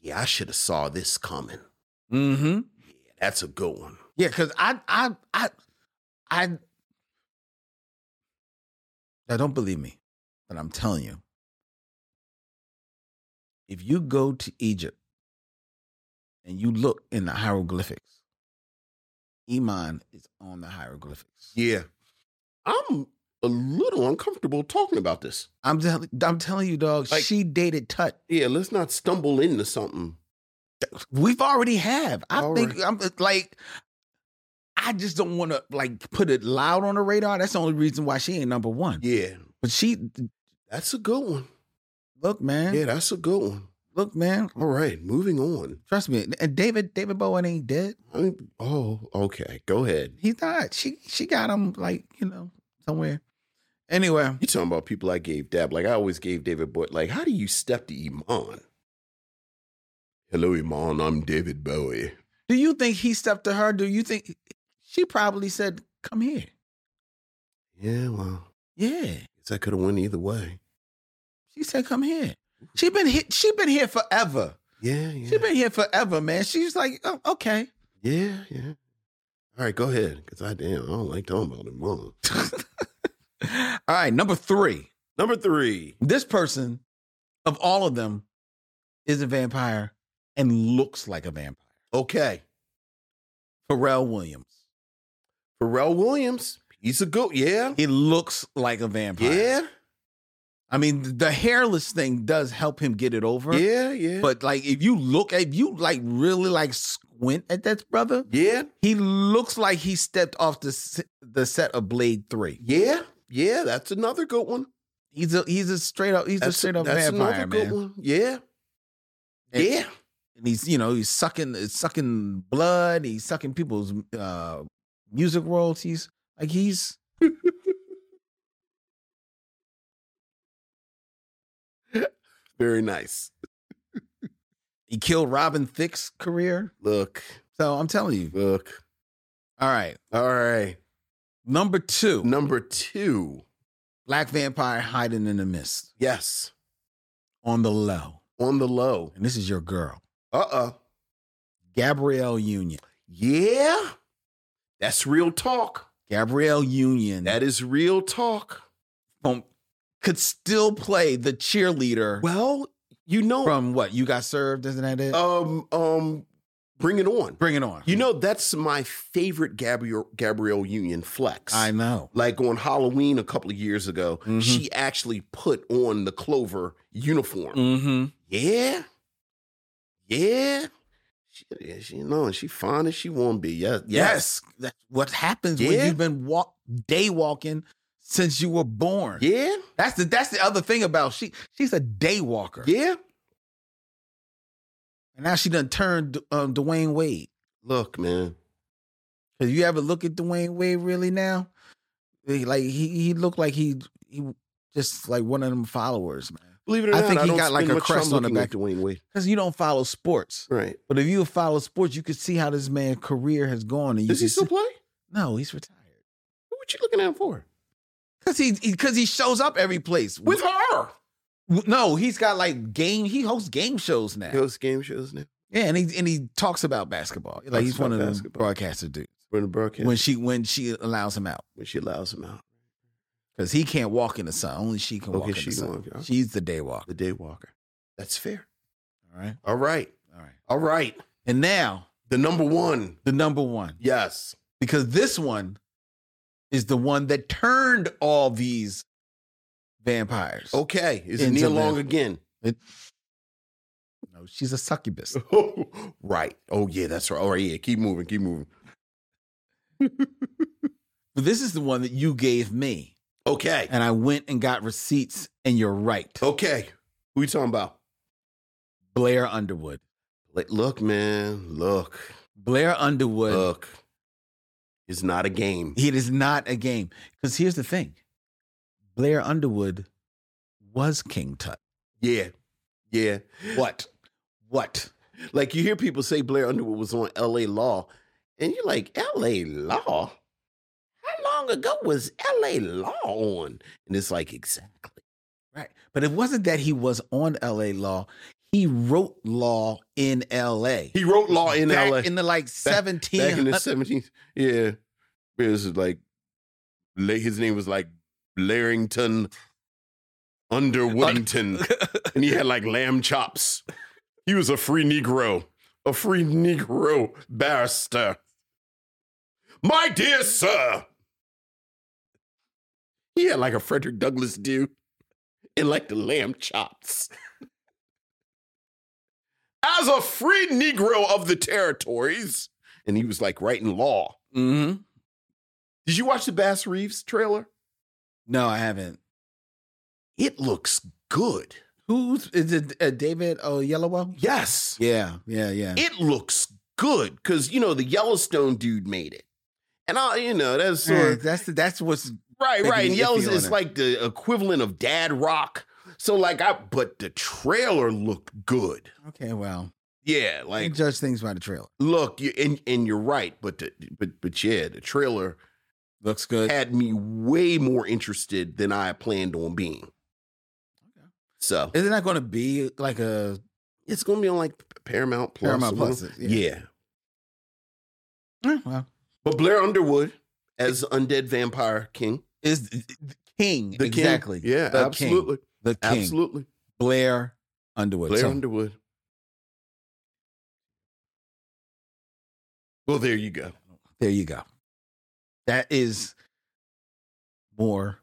S3: yeah, I should have saw this coming.
S4: Mm-hmm.
S3: Yeah, that's a good one.
S4: Yeah, because I, I, I, I. Now, don't believe me, but I'm telling you. If you go to Egypt and you look in the hieroglyphics, Iman is on the hieroglyphics.
S3: Yeah, I'm a little uncomfortable talking about this.
S4: I'm, tell- I'm telling you, dog.
S3: Like-
S4: she dated Tut.
S3: Yeah, let's not stumble into something.
S4: We've already have. I
S3: All
S4: think
S3: right.
S4: I'm like. I just don't want to like put it loud on the radar. That's the only reason why she ain't number one.
S3: Yeah,
S4: But she,
S3: that's a good one.
S4: look, man.
S3: Yeah, that's a good one.
S4: Look, man.
S3: All right, moving on.
S4: Trust me. And David, David Bowen ain't dead.
S3: I mean, oh, okay. Go ahead.
S4: He's not. She, she got him like you know somewhere. Anyway,
S3: You talking about people I gave dab? Like I always gave David Bowie. Like, how do you step to Iman? Hello, Iman. I'm David Bowie.
S4: do you think he stepped to her? Do you think she probably said, "Come here"?
S3: Yeah, well,
S4: Yeah,
S3: guess I could have went either way.
S4: she said, "Come here." She been hit. She been here forever.
S3: Yeah, yeah,
S4: She been here forever, man. She's like, oh, okay.
S3: yeah, yeah. All right, go ahead. Cause I damn, I don't like talking about Iman.
S4: All right, number three.
S3: Number three.
S4: This person, of all of them, is a vampire and looks like a vampire.
S3: Okay,
S4: Pharrell Williams.
S3: Pharrell Williams. He's a good. Yeah,
S4: He looks like a vampire.
S3: yeah,
S4: I mean, the hairless thing does help him get it over.
S3: yeah, yeah.
S4: But like, if you look, if you like really like squint at that brother,
S3: yeah,
S4: he looks like he stepped off the s- the set of Blade Three.
S3: yeah, yeah. That's another good one.
S4: He's a he's a straight up he's a
S3: That's,
S4: straight up
S3: that's
S4: vampire man.
S3: one. Yeah,
S4: And-
S3: yeah.
S4: and he's you know he's sucking uh, sucking blood. He's sucking people's uh, music royalties. Like he's
S3: Very nice.
S4: he killed Robin Thicke's career.
S3: Look,
S4: So I'm telling you.
S3: look.
S4: All right,
S3: All right.
S4: number two,
S3: Number two.
S4: black vampire hiding in the mist
S3: Yes.
S4: on the low.
S3: On the low.
S4: and this is your girl,
S3: Uh oh.
S4: Gabrielle Union.
S3: Yeah. That's real talk.
S4: Gabrielle Union
S3: That is real talk.
S4: from- could still play the cheerleader
S3: Well, you know,
S4: from what you got served, isn't that it?
S3: um, um, bring it on.
S4: Bring it on.
S3: You know, that's my favorite Gabrielle, Gabrielle Union flex.
S4: I know.
S3: like on Halloween a couple of years ago,
S4: Mhm.
S3: she actually put on the Clover uniform.
S4: Mm-hmm.
S3: Yeah. Yeah. She, yeah, she know, and she fine as she want to be. Yeah, yes.
S4: Yes, that's what happens
S3: Yeah.
S4: when you've been walk day walking since you were born.
S3: Yeah.
S4: That's the that's the other thing about she she's a day walker.
S3: Yeah.
S4: And now she done turned um, Dwayne Wade.
S3: Look, man.
S4: Cause you ever look at Dwayne Wade really now, He- like he he looked like he he just like one of them followers, man.
S3: Believe it or
S4: I
S3: not,
S4: think he
S3: don't
S4: got, like,
S3: spend
S4: a
S3: much
S4: crust
S3: time
S4: on the
S3: looking at
S4: back.
S3: Dwayne Wade.
S4: because you don't follow sports.
S3: Right?
S4: But if you follow sports, you could see how this man's career has gone. And you
S3: Does he
S4: could
S3: still
S4: see-
S3: play?
S4: No, he's retired.
S3: What you looking at him for?
S4: Cause he because he shows up every place.
S3: With her?
S4: no, he's got like game. He hosts game shows now.
S3: Ghost game shows now.
S4: Yeah, and he and he talks about basketball. Like
S3: Talks
S4: he's one of
S3: about
S4: the
S3: basketball.
S4: broadcaster dudes.
S3: When the broadcast
S4: When
S3: when,
S4: she when she allows him out
S3: she allows him out.
S4: because he can't walk in the sun. Only she can walk
S3: Okay,
S4: in
S3: she
S4: the
S3: can
S4: sun.
S3: walk. Okay.
S4: She's the day walker.
S3: The day walker. That's fair.
S4: All right,
S3: All right.
S4: all right.
S3: All right.
S4: And now
S3: The number one.
S4: the number one
S3: Yes.
S4: because this one is the one that turned all these vampires.
S3: Okay. Is it
S4: Into
S3: Neil
S4: the-
S3: Long again?
S4: no, she's a succubus.
S3: right. Oh yeah, that's right. All right, yeah. Keep moving. Keep moving.
S4: But this is the one that you gave me.
S3: Okay.
S4: and I went and got receipts, and you're right.
S3: Okay. Who you talking about?
S4: Blair Underwood.
S3: Like, look, man. Look.
S4: Blair Underwood.
S3: Look. It's not a game.
S4: It is not a game. Because here's the thing Blair Underwood was King Tut.
S3: Yeah. Yeah.
S4: What? What?
S3: Like you hear people say Blair Underwood was on LA Law, and you're like, LA Law? How long ago was LA Law on? And it's like, exactly.
S4: Right. But it wasn't that he was on LA Law, he wrote law in LA.
S3: He wrote Law in
S4: Back
S3: LA
S4: in the like 17.
S3: back in the 70s. Yeah. It was like, La- his name was like Blarington Underwoodington, and he had like lamb chops. He was a free Negro, a free Negro barrister. My dear sir. He had like a Frederick Douglass do and like the lamb chops. As a free Negro of the territories. And he was like writing law.
S4: hmm
S3: Did you watch the Bass Reeves trailer?
S4: No, I haven't.
S3: It looks good.
S4: Who's is it? Uh, David Oh Yellowo?
S3: Yes.
S4: Yeah, yeah, yeah.
S3: It looks good because, you know, the Yellowstone dude made it. And I, you know, that's sort
S4: Yeah,
S3: of
S4: that's the, that's what's
S3: Right,
S4: Making
S3: right. And
S4: me iffy
S3: Yellowstone
S4: on
S3: is
S4: it.
S3: like the equivalent of Dad Rock. So like I but the trailer looked good.
S4: okay. Well,
S3: Yeah,
S4: I
S3: like
S4: judge things by the trailer.
S3: look, you and and you're right, but the, but but yeah, the trailer
S4: Looks good.
S3: had me way more interested than I planned on being. So
S4: Isn't that going to be like a
S3: it's gonna be on like Paramount Plus.
S4: Paramount
S3: or whatever.
S4: Plus,
S3: Yeah.
S4: yeah. eh, well,
S3: But Blair Underwood as Undead Vampire King.
S4: is the king
S3: The king.
S4: exactly?
S3: Yeah,
S4: the King,
S3: absolutely.
S4: the king,
S3: Absolutely.
S4: Blair Underwood.
S3: Blair
S4: So,
S3: Underwood. Well, there you go.
S4: There you go. That is more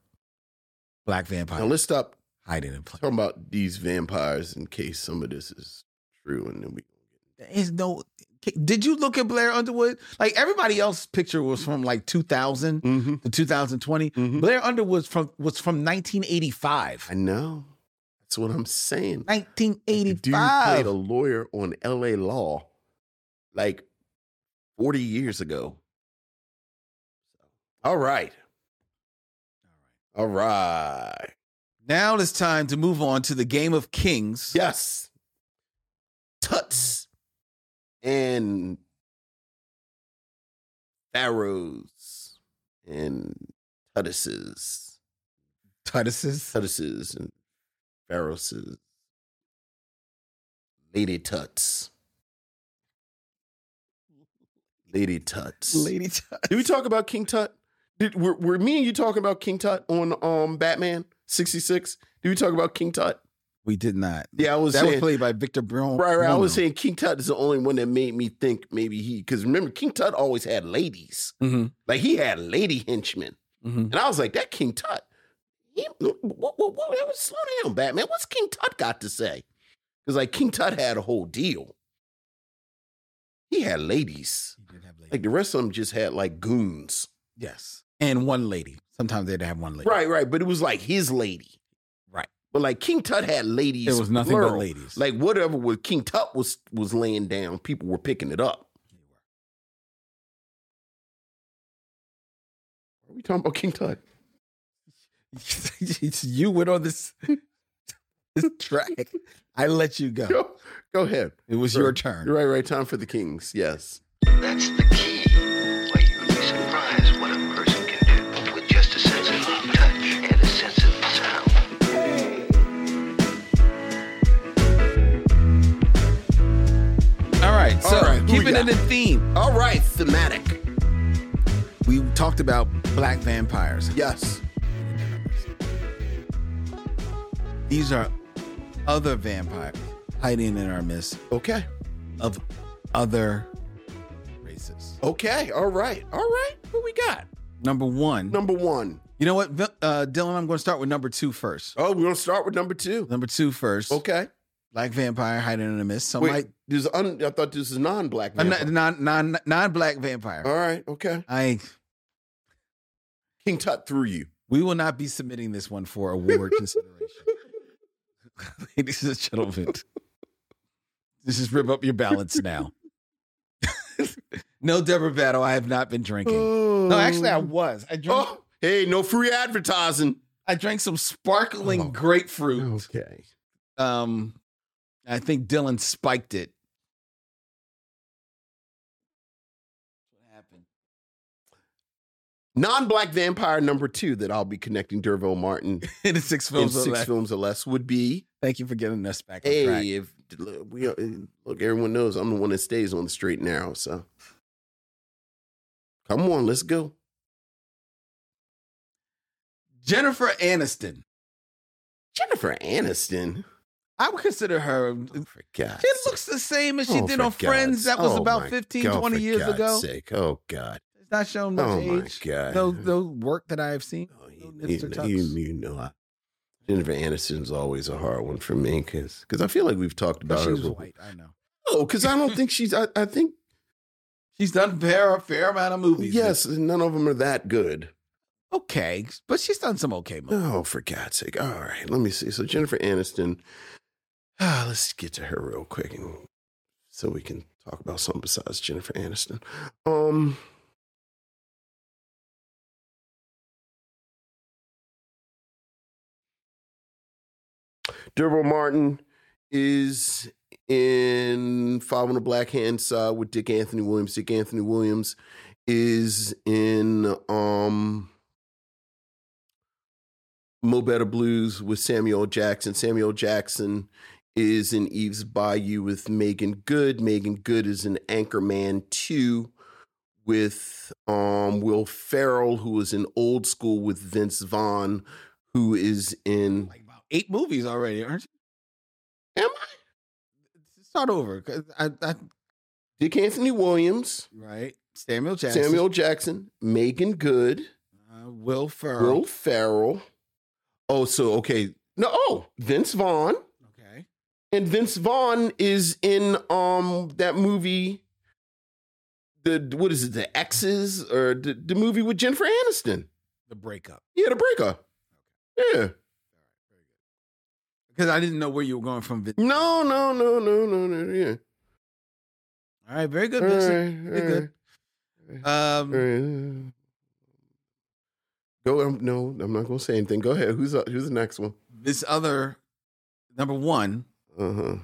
S4: black
S3: Now
S4: vampire
S3: let's stop
S4: hiding in plain.
S3: talking about these vampires in case some of this is true, and then we.
S4: There is no. Did you look at Blair Underwood? Like everybody else's picture was from like 2000
S3: Mm-hmm.
S4: to 2020. Blair Underwood from was from 1985.
S3: I know. That's what I'm saying. The dude
S4: 1985.
S3: played a lawyer on L.A. Law, like forty years ago. All right. All right.
S4: Now it's time to move on to the Game of Kings.
S3: Yes. Tuts and pharaohs and tuttises,
S4: Titus's.
S3: tuttises and pharaohses, lady tuts, lady tuts.
S4: Lady Tut.
S3: Did we talk about King Tut? Did, were, were me and you talking about King Tut on um Batman sixty six? Did we talk about King Tut?
S4: We did not.
S3: Yeah, I was
S4: that
S3: saying,
S4: was played by Victor Brown.
S3: Right, right. I was saying King Tut is the only one that made me think maybe he because remember King Tut always had ladies.
S4: Mm-hmm,
S3: Like he had lady henchmen,
S4: mm-hmm.
S3: and I was like, that King Tut. He, what, what, what, what- slow down, Batman. What's King Tut got to say? Because like King Tut had a whole deal. He had ladies.
S4: He did have ladies.
S3: Like the rest of them just had like goons.
S4: yes, and one lady. Sometimes they'd have one lady.
S3: Right, right. But it was like his lady.
S4: Right.
S3: But like King Tut had ladies.
S4: It was nothing but
S3: plural.
S4: ladies.
S3: Like whatever was King Tut was was laying down, people were picking it up. Are we talking about King Tut?
S4: you went on this this track. I let you go.
S3: Go, go ahead.
S4: It was your turn.
S3: Right, right. Time for the Kings. Yes.
S7: That's the key. Why you'd be surprised what a person can do with just a sense of touch and a sense of sound.
S4: All right. So
S3: All right, who we
S4: keeping
S3: got?
S4: it in theme.
S3: All right. Thematic.
S4: We talked about black vampires.
S3: Yes.
S4: These are other vampires hiding in our midst
S3: Okay.
S4: of other races.
S3: Okay. All right. All right. What we got?
S4: Number one.
S3: Number one.
S4: You know what, Vil- uh, Dylan? I'm going to start with number two first.
S3: Oh, we're gonna start with number two.
S4: Number two first.
S3: Okay.
S4: Black vampire hiding in the mist. Some
S3: Wait.
S4: might
S3: This is un- I thought this is non-black.
S4: I'm
S3: vampire.
S4: not- non non non black vampire.
S3: All right. Okay.
S4: I
S3: King Tut through you.
S4: we will not be submitting this one for award consideration. Ladies and gentlemen, this is rip up your balance now. no Deborah Battle. I have not been drinking. No, actually, I was. I drank.
S3: Oh, hey, no free advertising.
S4: I drank some sparkling
S3: Oh.
S4: grapefruit.
S3: Okay.
S4: Um, I think Dylan spiked it. What happened?
S3: Non-black vampire number two that I'll be connecting Dervo Martin
S4: In six
S3: in
S4: films. or
S3: six
S4: less.
S3: films or less would be.
S4: Thank you for getting us back on track.
S3: Hey, if look, we are- look, everyone knows I'm the one that stays on the straight and narrow. So, come on, let's go.
S4: Jennifer Aniston.
S3: Jennifer Aniston.
S4: I would consider her.
S3: Oh, for God's
S4: It looks the same as she
S3: Oh,
S4: did
S3: for
S4: on Friends.
S3: God's-
S4: That was
S3: oh,
S4: about
S3: my
S4: 15,
S3: God,
S4: 20
S3: for
S4: years
S3: God's
S4: ago.
S3: sake. Oh God.
S4: It's not shown much
S3: Oh, my
S4: age.
S3: God.
S4: No, no work that I have seen.
S3: Oh,
S4: No
S3: you,
S4: nips or
S3: you-
S4: tucks.
S3: you- you know, I, Jennifer Aniston's always a hard one for me because I feel like we've talked
S4: But
S3: about
S4: she
S3: her.
S4: was
S3: before.
S4: white. I know.
S3: No, because Oh, I don't think she's. I, I think
S4: She's done fair, a fair amount of movies.
S3: yes, none of them are that good.
S4: Okay, but she's done some okay movies.
S3: Oh, for God's sake! All right, let me see. So Jennifer Aniston. Ah, let's get to her real quick, and so we can talk about something besides Jennifer Aniston. Um. Durbo Martin is in Five on the Black Hand Side with Dick Anthony Williams. Dick Anthony Williams is in um Mo Better Blues with Samuel Jackson. Samuel Jackson is in Eve's Bayou with Megan Good. Megan Good is in Anchorman 2 with um, Will Farrell, who is in Old School with Vince Vaughn, who is in.
S4: Like about eight movies already, aren't you?
S3: Am
S4: I? Start over. 'cause I, I,
S3: Dick Anthony Williams,
S4: right. Samuel Jackson.
S3: Samuel Jackson, Megan Good,
S4: Uh, Will Ferrell.
S3: Will Farrell. Oh, so okay. No, oh, Vince Vaughn.
S4: Okay.
S3: And Vince Vaughn is in um that movie. The what is it? The X's or the, the movie with Jennifer Aniston?
S4: The breakup.
S3: Yeah, the breakup. Yeah.
S4: Because I didn't know where you were going from. Vin-
S3: No, no, no, no, no, no. Yeah.
S4: All right, very good,
S3: All
S4: Vincent.
S3: right, all
S4: You're good.
S3: right,
S4: Um,
S3: all right. Go. um, no, I'm not gonna say anything. Go ahead. Who's uh, who's the next one?
S4: this other number one
S3: Uh huh.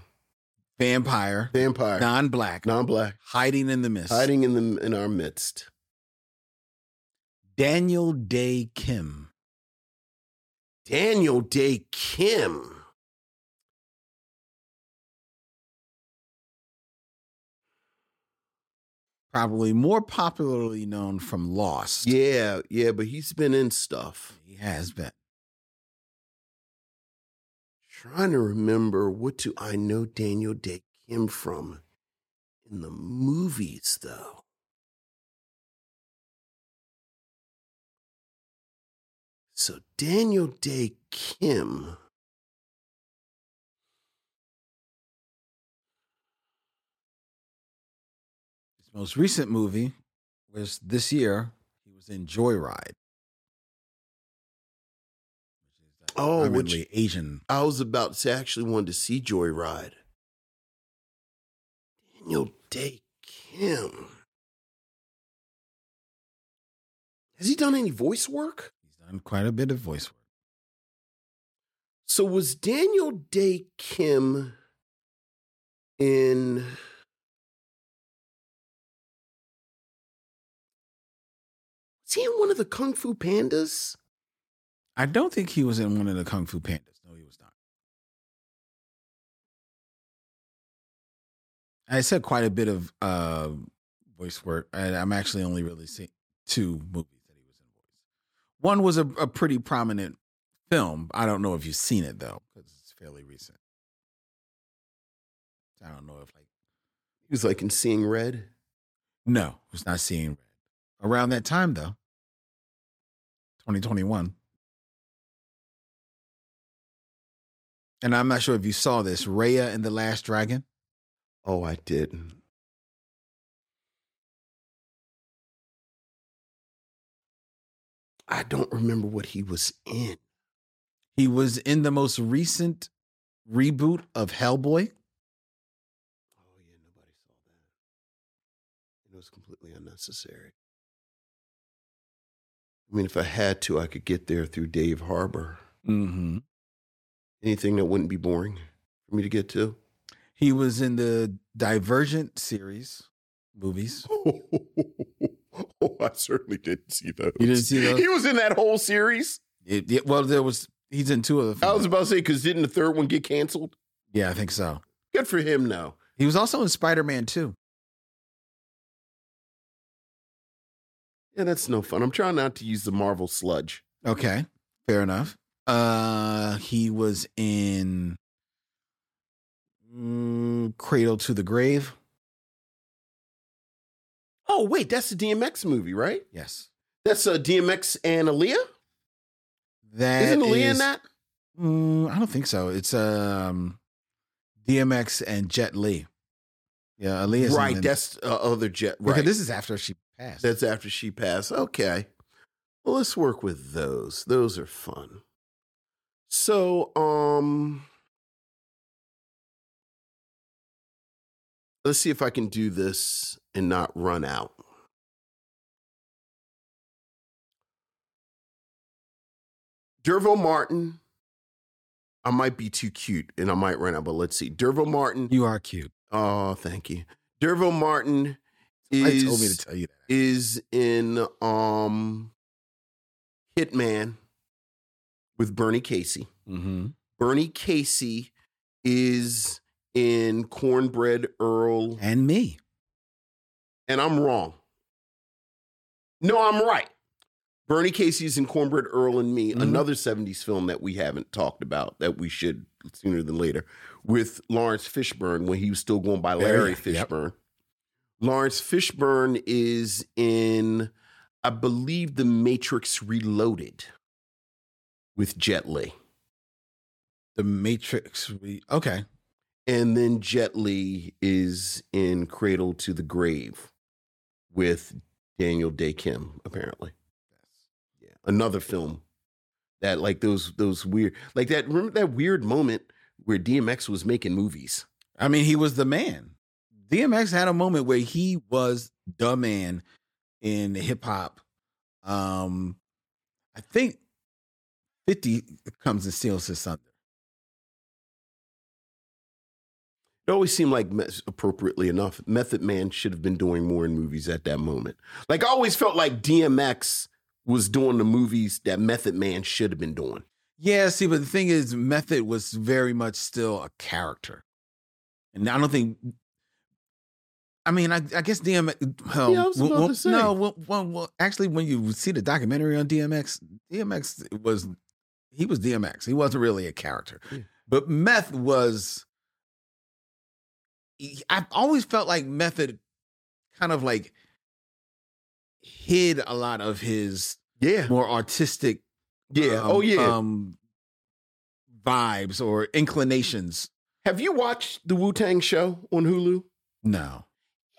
S4: vampire,
S3: Vampire.
S4: non-black,
S3: Non-black.
S4: hiding in the mist.
S3: Hiding in the in our midst.
S4: Daniel Day Kim.
S3: Daniel Day Kim.
S4: Probably more popularly known from Lost.
S3: Yeah, yeah, but he's been in stuff.
S4: He has been.
S3: trying to remember what do I know Daniel Day Kim from in the movies though. So Daniel Day Kim
S4: His most recent movie was this year. He was in Joyride.
S3: Oh, which-
S4: Predominantly Asian.
S3: I was about to say I actually wanted to see Joyride. Daniel Day Kim. Has he done any voice work?
S4: He's done quite a bit of voice work.
S3: So was Daniel Day Kim in Was he in one of the Kung Fu Pandas?
S4: I don't think he was in one of the Kung Fu Pandas. No, he was not. I said quite a bit of uh, voice work. I, I'm actually only really seeing two movies that he was in voice. One was a, a pretty prominent film. I don't know if you've seen it though, because it's fairly recent. I don't know if like
S3: He was like in Seeing Red.
S4: no, I was not seeing red around that time though. 2021. And I'm not sure if you saw this, Raya and the Last Dragon.
S3: Oh, I didn't. I don't remember what he was in.
S4: He was in the most recent reboot of Hellboy.
S3: Oh yeah, nobody saw that. It was completely unnecessary. I mean, if I had to, I could get there through Dave Harbor.
S4: Mm-hmm.
S3: Anything that wouldn't be boring for me to get to.
S4: He was in the Divergent series movies.
S3: Oh, I certainly didn't see those.
S4: You didn't see those?
S3: He was in that whole series.
S4: It- it- well, there was he's in two of the
S3: I
S4: films.
S3: was about to say because didn't the third one get canceled?
S4: yeah, I think so.
S3: Good for him now.
S4: He was also in Spider-Man 2.
S3: Yeah, that's no fun. I'm trying not to use the Marvel sludge.
S4: Okay, fair enough. Uh, he was in mm, Cradle to the Grave.
S3: Oh wait, that's the DMX movie, right?
S4: Yes,
S3: That's uh, DMX and Aaliyah.
S4: that
S3: Isn't Aaliyah in
S4: is-
S3: that?
S4: Mm, I don't think so. It's um, DMX and Jet Li. Yeah, Aaliyah's
S3: right,
S4: in-
S3: that's uh, other jet.
S4: okay.
S3: Right,
S4: This is after she passed.
S3: that's after she passed. Okay, well, let's work with those. Those are fun. So, um, let's see if I can do this and not run out. Dervo Martin. I might be too cute and I might run out, but let's see. Dervo Martin.
S4: you are cute.
S3: Oh, thank you. Dervo Martin
S4: I told me to
S3: is
S4: tell you that.
S3: is in um Hitman with Bernie Casey.
S4: Mm-hmm.
S3: Bernie Casey is in Cornbread Earl,
S4: And me.
S3: and I'm wrong. No, I'm right. Bernie Casey is in Cornbread Earl and Me,
S4: Mhm.
S3: another 70s film that we haven't talked about that we should sooner than later, with Lawrence Fishburne when he was still going by Larry
S4: Larry, yep.
S3: Fishburne. Lawrence Fishburne is in, I believe, The Matrix Reloaded with Jet Li.
S4: The Matrix. We, okay.
S3: And then Jet Li is in Cradle to the Grave with Daniel Day Kim, apparently. Yeah. Another film that like those those weird like that remember that weird moment where DMX was making movies.
S4: I mean, he was the man. DMX had a moment where he was the man in hip hop. Um, I think 50 comes and steals his thunder.
S3: It always seemed like mes- appropriately enough, Method Man should have been doing more in movies at that moment. Like I always felt like DMX was doing the movies that Method Man should have been doing.
S4: Yeah, see, but the thing is, Method was very much still a character. And I don't think. I mean, I, I guess DMX. Um,
S3: Yeah, I was
S4: well,
S3: about
S4: well,
S3: to say.
S4: No, well, well, well, actually, when you see the documentary on DMX, DMX was he was DMX. He wasn't really a character,
S3: Yeah.
S4: but Meth was. he- I've always felt like Method, kind of like hid a lot of his
S3: Yeah.
S4: more artistic
S3: Yeah.
S4: um,
S3: oh yeah.
S4: um, vibes or inclinations.
S3: Have you watched the Wu Tang show on Hulu?
S4: No.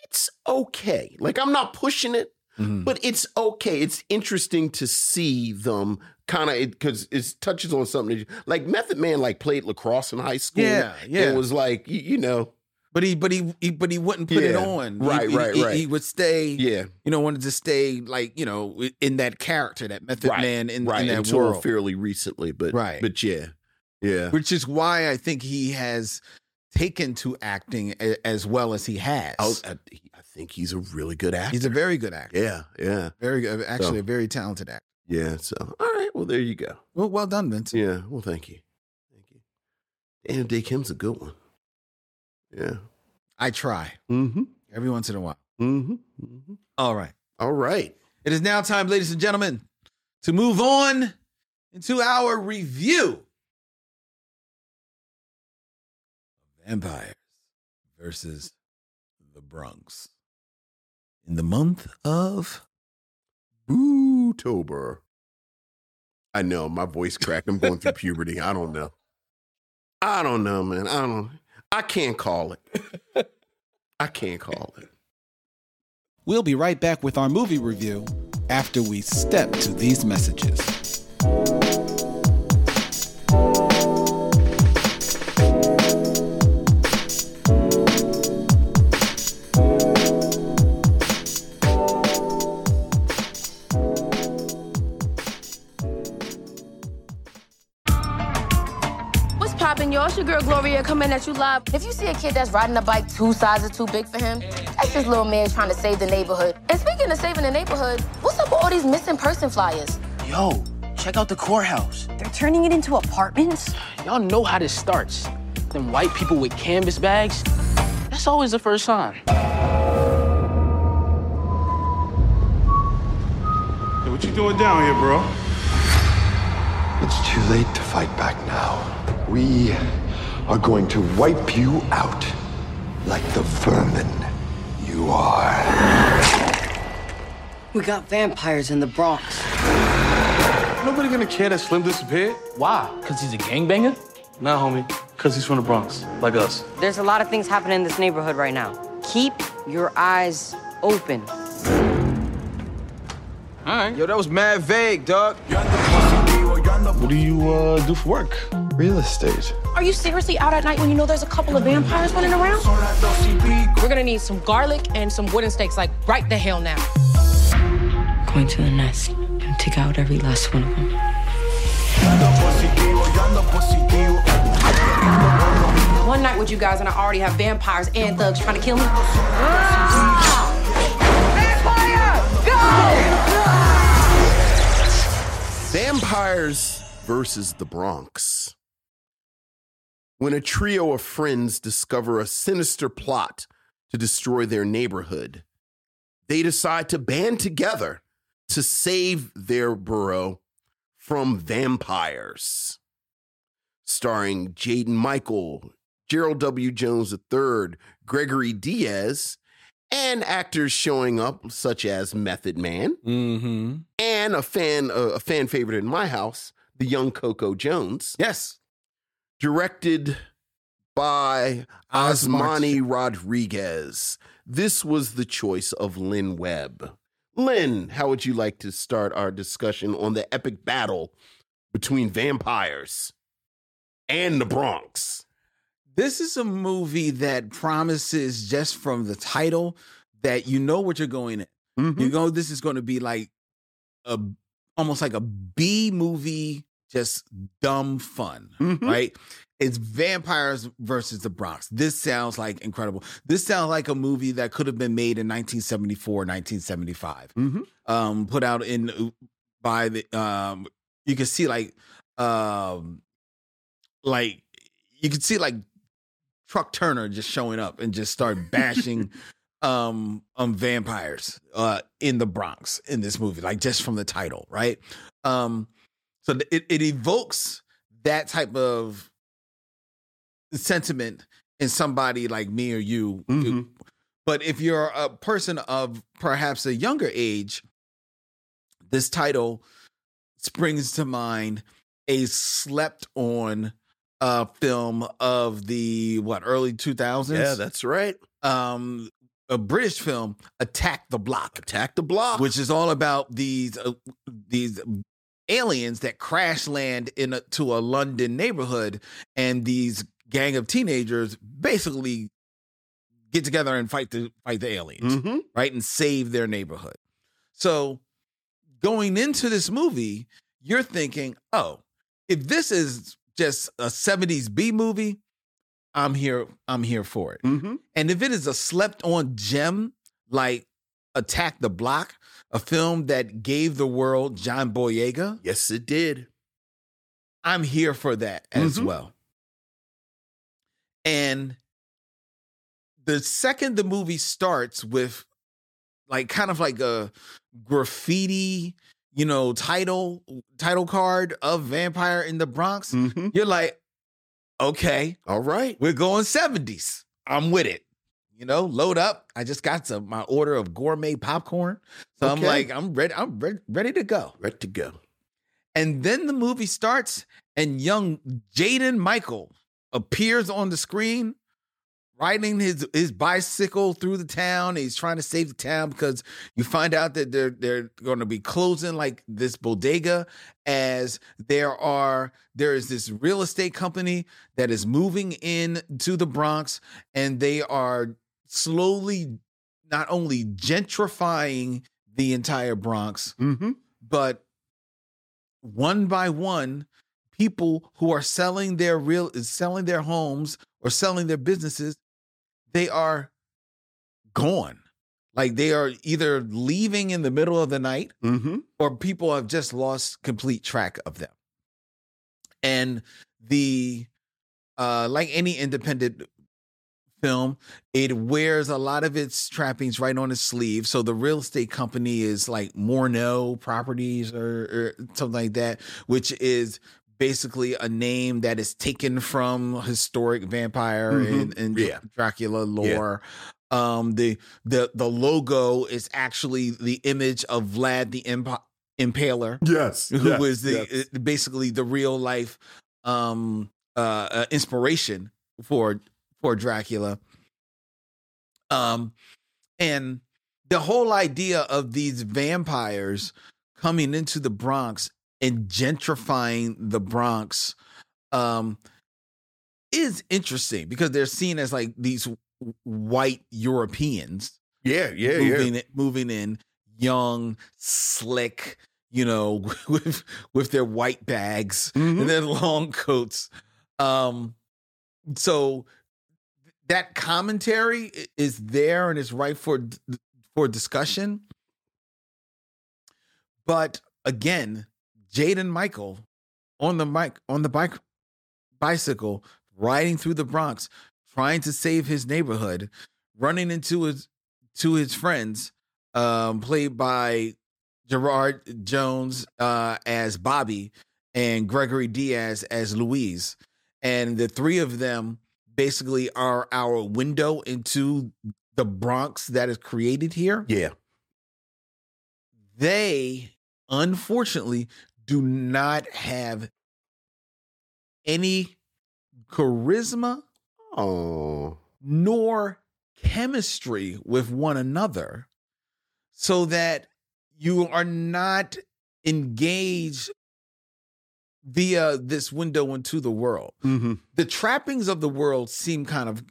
S3: It's okay. Like I'm not pushing it,
S4: Mm-hmm. Mm.
S3: but it's okay. It's interesting to see them kind of because it, touches on something. that you- Like Method Man, like played lacrosse in high school.
S4: Yeah, yeah.
S3: And was like, y- you know,
S4: But he, but he, he- but he wouldn't put it
S3: Yeah.
S4: on. He-
S3: Right,
S4: he,
S3: right,
S4: he,
S3: right.
S4: He would stay.
S3: yeah,
S4: You know, wanted to stay like you know in that character, that Method
S3: Right,
S4: Man in,
S3: right.
S4: in that
S3: until
S4: world.
S3: fairly recently, but
S4: Right.
S3: but yeah, Yeah.
S4: which is why I think he has taken to acting a- as well as he has.
S3: I, I, I think he's a really good Oh, actor.
S4: He's a very good actor.
S3: yeah, yeah,
S4: Very good, actually
S3: So-
S4: a very talented actor.
S3: yeah. So, all right. Well, there you go.
S4: Well, well done, Vince.
S3: Yeah. Well, thank you. Thank you. Daniel Day Kim's a good one. Yeah.
S4: I try
S3: Mm-hmm.
S4: every once in a while.
S3: Mm-hmm. mm-hmm.
S4: All right.
S3: All right.
S4: It is now time, ladies and gentlemen, to move on into our review. Vampires versus the Bronx. In the month of
S3: Bootober. I know my voice cracked. I'm going through puberty. I don't know. I don't know, man. I don't. I can't call it. I can't call it.
S8: We'll be right back with our movie review after we step to these messages.
S9: What's poppin', y'all? It's your girl Gloria coming at you live. If you see a kid that's riding a bike two sizes too big for him, that's this little man trying to save the neighborhood. And speaking of saving the neighborhood, what's up with all these missing person flyers?
S5: Yo, check out the courthouse.
S10: They're turning it into apartments?
S11: Y'all know how this starts. Them white people with canvas bags. That's always the first sign.
S12: what you doing down here, bro?
S7: It's too late to fight back now. We are going to wipe you out like the vermin you are.
S10: We got vampires in the Bronx.
S12: Nobody gonna care that Slim disappeared.
S11: Why? Because he's a gangbanger? Nah, homie. Because he's from the Bronx, like us.
S10: There's a lot of things happening in this neighborhood right now. Keep your eyes open.
S6: Yo, that was mad vague, dog.
S12: What do you uh, do for work?
S7: Real estate.
S9: Are you seriously out at night when you know there's a couple of vampires running around? We're gonna need some garlic and some wooden stakes, like right the hell now.
S10: Going to the nest and take out every last one of them.
S9: One night with you guys, and I already have vampires and thugs trying to kill me. Ah!
S3: Vampires versus the Bronx. When a trio of friends discover a sinister plot to destroy their neighborhood, they decide to band together to save their borough from vampires. Starring Jaden Michael, Gerald W. Jones III, Gregory Diaz, and actors showing up such as Method Man,
S4: mm-hmm.
S3: and a fan uh, a a fan favorite in my house, the young Coco Jones,
S4: Yes.
S3: directed by
S4: Osmani.
S3: Osmani Rodriguez. This was the choice of Lynn Webb. Lynn, how would you like to start our discussion on the epic battle between vampires and the Bronx?
S4: This is a movie that promises just from the title that you know what you're going in. You know this is going to be like a almost like a B movie, just dumb fun,
S2: Mm-hmm.
S3: Mhm.
S4: right? It's vampires versus the Bronx. This sounds like incredible. This sounds like a movie that could have been made in 1974, 1975.
S3: Mhm.
S4: Um, put out in by the um, you can see like um, like you can see like Truck Turner just showing up and just start bashing um um vampires uh in the Bronx in this movie, like just from the title, right? Um so th- it, it evokes that type of sentiment in somebody like me or you.
S3: Mhm.
S4: But if you're a person of perhaps a younger age, this title springs to mind a slept on uh film of the what early 2000s
S3: Yeah, that's right.
S4: um a British film, Attack the Block,
S3: Attack the block.
S4: which is all about these uh, these aliens that crash land in a, to a London neighborhood, and these gang of teenagers basically get together and fight the fight the aliens,
S3: Mhm.
S4: right, and save their neighborhood. So going into this movie, you're thinking, oh, if this is just a 70s B movie, I'm here. I'm here for it.
S3: Mm-hmm.
S4: And if it is a slept on gem like Attack the Block, a film that gave the world John Boyega,
S3: Yes, it did.
S4: I'm here for that as
S3: Mhm.
S4: well. And the second the movie starts with like kind of like a graffiti, you know, title title card of Vampire in the Bronx,
S3: Mm-hmm.
S4: you're like, okay,
S3: All right.
S4: we're going 70s. I'm with it. You know, load up. I just got some my order of gourmet popcorn. So I'm
S3: Okay.
S4: like, I'm ready, I'm re- ready to go.
S3: Ready to go.
S4: And then the movie starts, and young Jaden Michael appears on the screen, riding his his bicycle through the town. He's trying to save the town because you find out that they're they're going to be closing like this bodega, as there are there is this real estate company that is moving in to the Bronx, and they are slowly not only gentrifying the entire Bronx,
S3: Mm-hmm.
S4: but one by one people who are selling their real selling their homes or selling their businesses they are gone like they are either leaving in the middle of the night
S3: Mm-hmm.
S4: or people have just lost complete track of them and the uh like any independent film it wears a lot of its trappings right on its sleeve so the real estate company is like morno properties or, or something like that which is basically a name that is taken from historic vampire
S3: Mhm.
S4: and, and
S3: Yeah.
S4: dracula lore um the the the logo is actually the image of vlad the Imp- impaler
S3: Yes.
S4: who was the uh, basically the real life um uh, uh inspiration for for Dracula um and the whole idea of these vampires coming into the Bronx and gentrifying the Bronx um is interesting because they're seen as like these w- white Europeans
S3: yeah, yeah, yeah.
S4: moving moving in young, slick, you know, with with their white bags
S3: Mhm.
S4: and their long coats. Um so that commentary i- is there and it's right for d- for discussion. But again, Jaden Michael on the mic on the bike bicycle riding through the Bronx trying to save his neighborhood, running into his to his friends, um, played by Gerard Jones uh, as Bobby and Gregory Diaz as Louise. And the three of them basically are our window into the Bronx that is created here.
S3: Yeah.
S4: They unfortunately do not have any charisma
S3: Oh.
S4: nor chemistry with one another so that you are not engaged via this window into the world.
S3: Mm-hmm.
S4: The trappings of the world seem kind of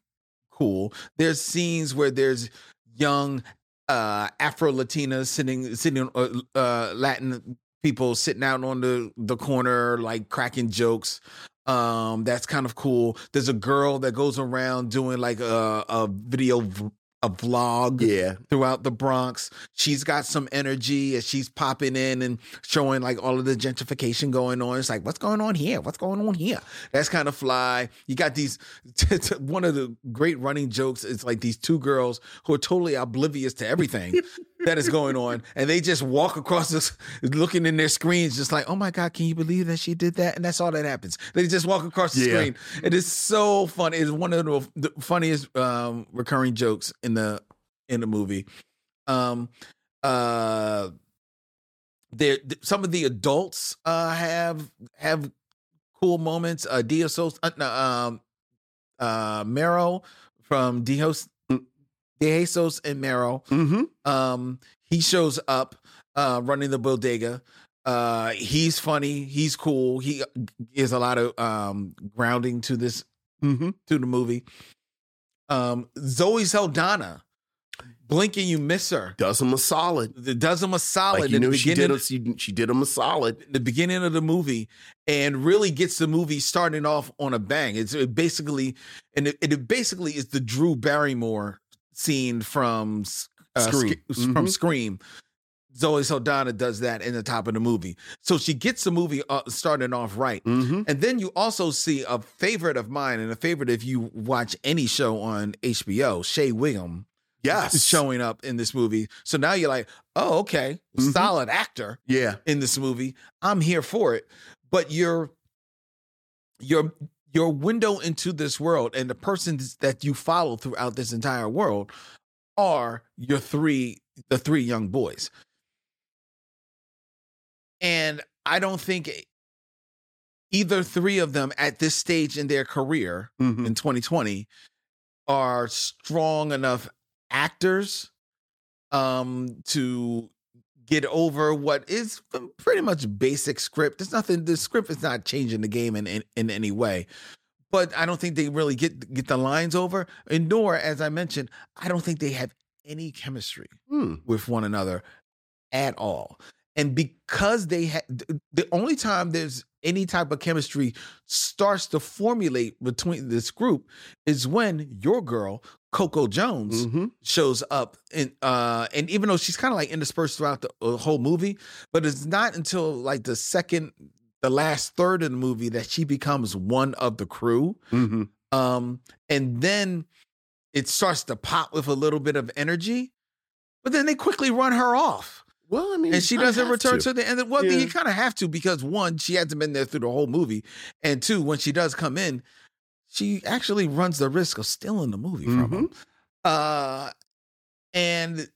S4: cool. There's scenes where there's young uh Afro Latinas sitting sitting uh, uh Latin people sitting out on the the corner like cracking jokes um that's kind of cool there's a girl that goes around doing like a, a video v- a vlog
S3: Yeah.
S4: throughout the bronx she's got some energy and she's popping in and showing like all of the gentrification going on it's like what's going on here what's going on here that's kind of fly you got these one of the great running jokes is like these two girls who are totally oblivious to everything that is going on and they just walk across this looking in their screens just like oh my god can you believe that she did that and that's all that happens they just walk across the
S3: Yeah.
S4: screen it is so funny it's one of the, the funniest um recurring jokes in the in the movie um uh there th- some of the adults uh have have cool moments uh DSO uh, no, um uh Mero from DeHos DeJesus and Mero
S3: Mm-hmm.
S4: um he shows up uh running the bodega uh he's funny he's cool he is a lot of um grounding to this
S3: Mm-hmm.
S4: to the movie um zoe saldana blinking, you miss her.
S3: Does him a solid.
S4: It does him a solid.
S3: Like, you
S4: in
S3: know,
S4: the
S3: she
S4: beginning,
S3: did, a, she, she did him a solid.
S4: the beginning of the movie and really gets the movie starting off on a bang. It's it basically, and it, it basically is the Drew Barrymore scene from uh,
S3: Scream.
S4: Sc- from
S3: Mhm.
S4: Scream. Zoe Saldana does that in the top of the movie, so she gets the movie uh, starting off right.
S3: Mm-hmm.
S4: And then you also see a favorite of mine, and a favorite if you watch any show on HBO, Shea Wiggum is
S3: Yes.
S4: showing up in this movie. So now you're like, oh, okay,
S3: Mhm.
S4: solid actor
S3: Yeah.
S4: in this movie. I'm here for it. But your your your window into this world and the persons that you follow throughout this entire world are your three the three young boys. And I don't think e, either three of them at this stage in their career
S3: Mhm.
S4: in 2020 are strong enough actors um to get over what is pretty much basic script. There's nothing. The script is not changing the game in in, in any way. But I don't think they really get get the lines over, and nor, as I mentioned, I don't think they have any chemistry
S3: Hmm.
S4: with one another at all. And because they had the only time there's any type of chemistry starts to formulate between this group is when your girl Coco Jones
S3: Mm-hmm.
S4: shows up and uh and even though she's kind of like interspersed throughout the uh, whole movie but it's not until like the second the last third of the movie that she becomes one of the crew
S3: Mm-hmm.
S4: um and then it starts to pop with a little bit of energy but then they quickly run her off
S3: Well, I mean,
S4: and she
S3: I
S4: doesn't
S3: have
S4: return to.
S3: to.
S4: the end. Of, well,
S3: Yeah.
S4: you kind of have to because one, she hasn't been there through the whole movie, and two, when she does come in, she actually runs the risk of stealing the movie
S3: Mm-hmm.
S4: from him. Uh, and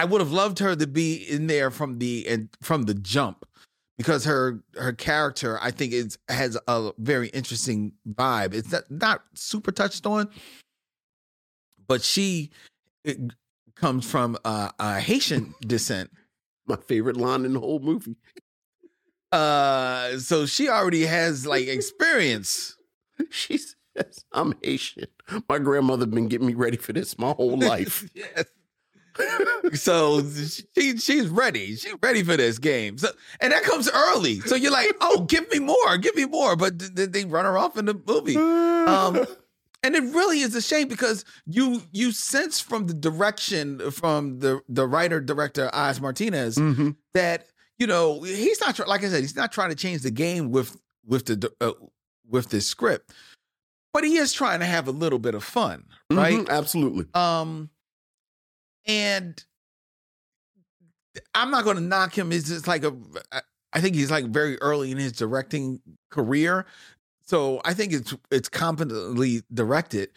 S4: I would have loved her to be in there from the and from the jump because her her character I think is has a very interesting vibe. It's not, not super touched on, but she it comes from uh, a Haitian descent.
S3: My favorite line in the whole movie.
S4: Uh, so she already has like experience.
S3: She says, I'm Haitian. My grandmother been getting me ready for this my whole life.
S4: Yes. so she she's ready. She's ready for this game. So and that comes early. So you're like, oh, give me more, give me more. But th- th- they run her off in the movie. Um, and it really is a shame because you you sense from the direction from the the writer director Oz Martinez
S3: Mhm.
S4: that you know he's not try- like I said he's not trying to change the game with with the uh, with this script, but he is trying to have a little bit of fun, right?
S3: Mhm, Absolutely.
S4: Um, and I'm not going to knock him. It's just like a, I- I think he's like very early in his directing career, so I think it's it's competently directed,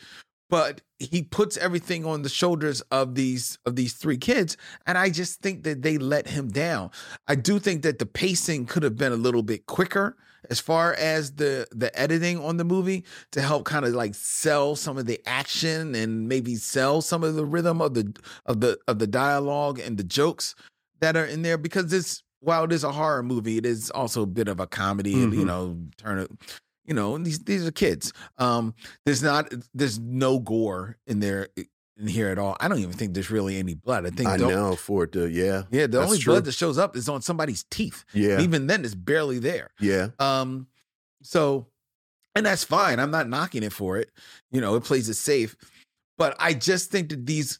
S4: but he puts everything on the shoulders of these of these three kids, and I just think that they let him down. I do think that the pacing could have been a little bit quicker as far as the the editing on the movie to help kind of like sell some of the action and maybe sell some of the rhythm of the of the of the dialogue and the jokes that are in there because this while it is a horror movie it is also a bit of a comedy and you
S3: Mhm.
S4: know turn it you know and these these are kids um there's not there's no gore in there in here at all i don't even think there's really any blood i think
S3: I
S4: the-
S3: know for it to, yeah.
S4: yeah the
S3: That's
S4: only
S3: true.
S4: blood that shows up is on somebody's teeth
S3: Yeah.
S4: And even then it's barely there
S3: yeah.
S4: um, so, and that's fine. I'm not knocking it for it. You know, it plays it safe. But I just think that these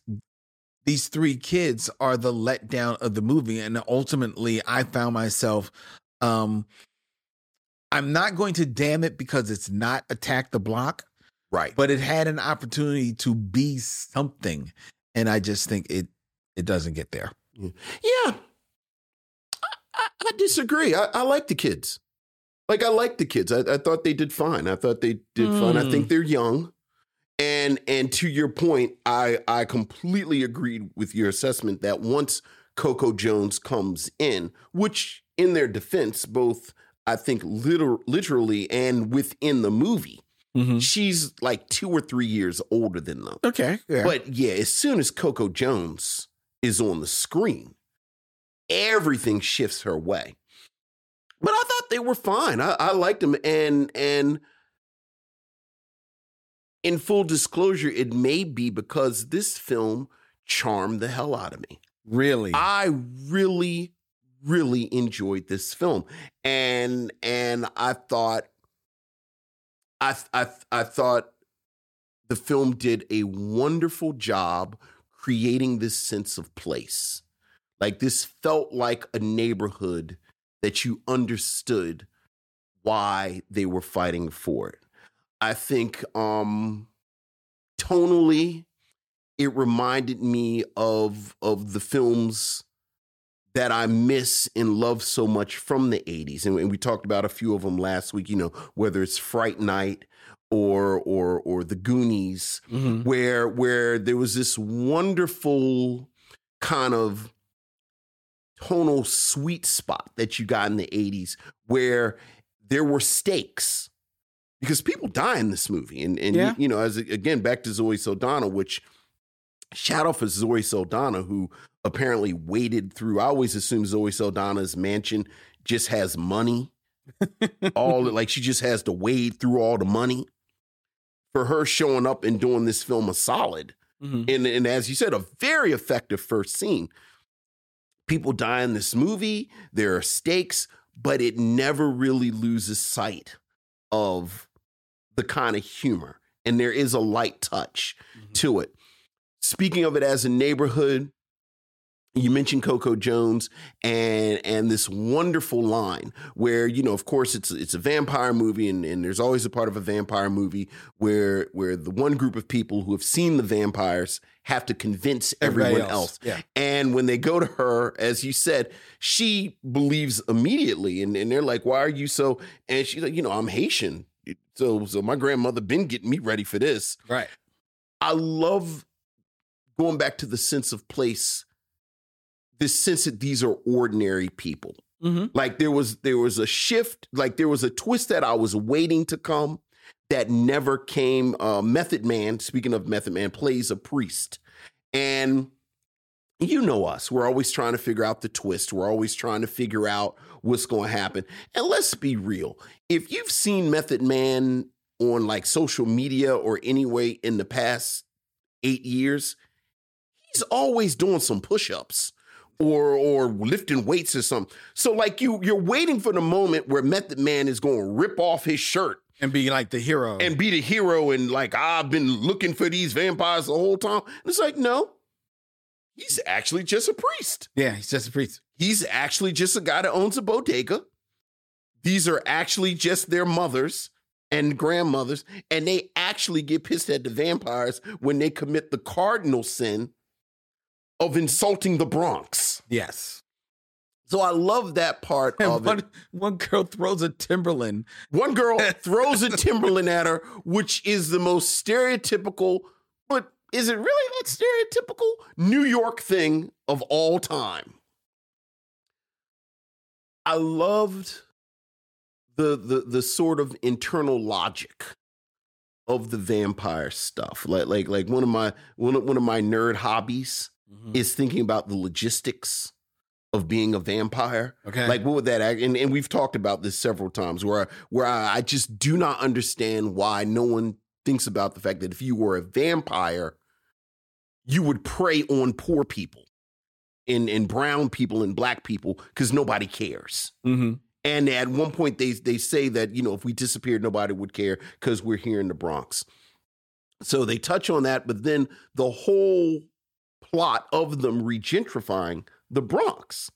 S4: these three kids are the letdown of the movie, and ultimately, I found myself. Um, I'm not going to damn it because it's not attack the block,
S3: Right.
S4: but it had an opportunity to be something, and I just think it it doesn't get there.
S3: Yeah. I, I, I disagree. I, I like the kids. Like I like the kids. I, I thought they did fine. I thought they did fine. I
S4: Mm.
S3: think they're young. And and to your point, I I completely agreed with your assessment that once Coco Jones comes in, which in their defense, both I think liter- literally and within the movie,
S4: Hmm.
S3: she's like two or three years older than them.
S4: Okay, yeah.
S3: But yeah, as soon as Coco Jones is on the screen, everything shifts her way. But I thought they were fine. I, I liked them, and and in full disclosure, it may be because this film charmed the hell out of me.
S4: Really?
S3: I really, really enjoyed this film, and and I thought, I I I thought the film did a wonderful job creating this sense of place. Like this felt like a neighborhood that you understood why they were fighting for it. I think um tonally it reminded me of of the films that I miss and love so much from the 80s and, and we talked about a few of them last week, you know, whether it's Fright Night or or or the Goonies,
S4: Mhm.
S3: where where there was this wonderful kind of tonal sweet spot that you got in the '80s, where there were stakes because people die in this movie, and and
S4: Yeah.
S3: you know, as again back to Zoe Saldana, which shout out for Zoe Saldana who apparently waded through. I always assume Zoe Saldana's mansion just has money. all like she just has to wade through all the money for her showing up and doing this film a solid
S4: mm-hmm.
S3: and and as you said a very effective first scene people die in this movie there are stakes but it never really loses sight of the kind of humor and there is a light touch
S4: Mm-hmm.
S3: to it speaking of it as a neighborhood you mentioned Coco Jones and and this wonderful line where you know of course it's it's a vampire movie and, and there's always a part of a vampire movie where where the one group of people who have seen the vampires have to convince
S4: Everybody
S3: everyone
S4: else,
S3: else.
S4: yeah.
S3: And when they go to her, as you said, she believes immediately and, and they're like, Why are you so and she's like, you know, I'm Haitian. So so my grandmother been getting me ready for this.
S4: Right.
S3: I love going back to the sense of place, this sense that these are ordinary people.
S4: Mm-hmm.
S3: Like there was there was a shift, like there was a twist that I was waiting to come that never came. Uh, Method Man, speaking of Method Man, plays a priest, and you know us. We're always trying to figure out the twist. We're always trying to figure out what's going to happen. And let's be real. If you've seen Method Man on like social media or anyway in the past eight years, he's always doing some push-ups or or lifting weights or something. So like you you're waiting for the moment where Method Man is going to rip off his shirt
S4: And be like the hero.
S3: and be the hero and like I've been looking for these vampires the whole time. And it's like no. He's actually just a priest.
S4: yeah, he's just a priest.
S3: He's actually just a guy that owns a bodega. These are actually just their mothers and grandmothers, and they actually get pissed at the vampires when they commit the cardinal sin of insulting the Bronx.
S4: Yes.
S3: So I love that part
S4: And
S3: of
S4: one,
S3: it.
S4: one girl throws a Timberland.
S3: One girl throws a Timberland at her, which is the most stereotypical, but is it really that stereotypical New York thing of all time? I loved the the the sort of internal logic of the vampire stuff. Like like like one of my one of, one of my nerd hobbies
S4: Mm-hmm.
S3: is thinking about the logistics of being a vampire.
S4: Okay.
S3: Like what would that act and, and we've talked about this several times where where I, I just do not understand why no one thinks about the fact that if you were a vampire, you would prey on poor people and, and brown people and black people because nobody cares.
S4: Mm-hmm.
S3: And at one point, they they say that you know if we disappeared, nobody would care because we're here in the Bronx. So they touch on that, but then the whole plot of them regentrifying the Bronx.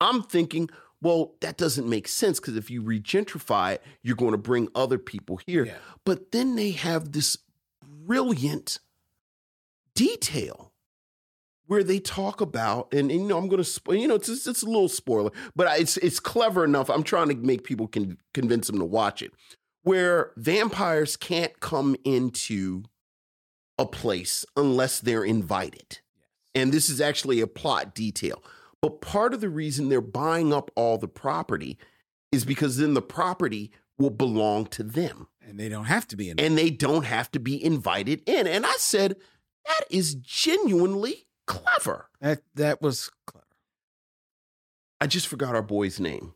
S3: I'm thinking, well, that doesn't make sense because if you regentrify it, you're going to bring other people here.
S4: Yeah.
S3: But then they have this brilliant detail where they talk about and, and you know I'm gonna spo- you know it's it's, it's a little spoiler, but I, it's it's clever enough. I'm trying to make people can convince them to watch it, where vampires can't come into a place unless they're invited, and this is actually a plot detail. But part of the reason they're buying up all the property is because then the property will belong to them
S4: And they don't have to be in it.
S3: and they don't have to be invited in. And I said, that is genuinely clever.
S4: That, that was clever.
S3: I just forgot our boy's name.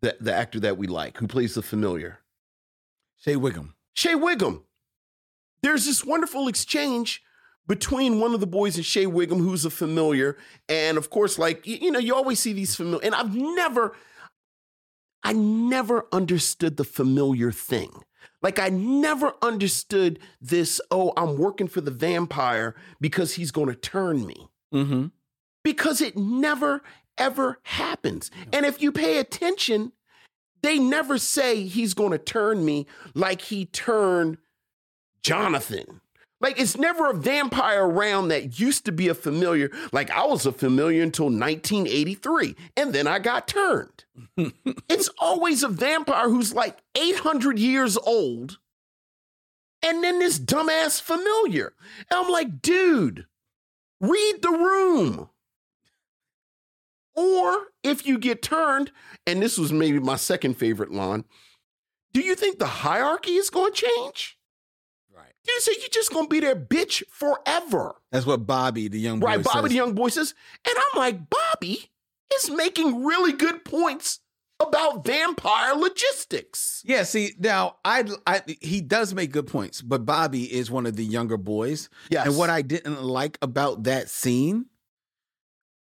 S3: The, the actor that we like who plays the familiar.
S4: Shea Wiggum.
S3: Shea Wiggum. There's this wonderful exchange between one of the boys and Shea Wiggum, who's a familiar, and of course, like you, you know, you always see these familiar. And I've never, I never understood the familiar thing. Like I never understood this. Oh, I'm working for the vampire because he's going to turn me.
S4: Mm-hmm.
S3: Because it never ever happens. And if you pay attention, they never say he's going to turn me like he turned Jonathan. Like it's never a vampire around that used to be a familiar. Like I was a familiar until 1983, and then I got turned. it's always a vampire who's like 800 years old, and then this dumbass familiar. And I'm like, dude, read the room. Or if you get turned, and this was maybe my second favorite line, do you think the hierarchy is going to change? Dude, so you're just gonna be their bitch forever.
S4: That's what Bobby, the young boy,
S3: Right, Bobby
S4: says.
S3: the Young Boy says. And I'm like, Bobby is making really good points about vampire logistics.
S4: Yeah, see, now I, I he does make good points, but Bobby is one of the younger boys.
S3: Yes.
S4: And what I didn't like about that scene,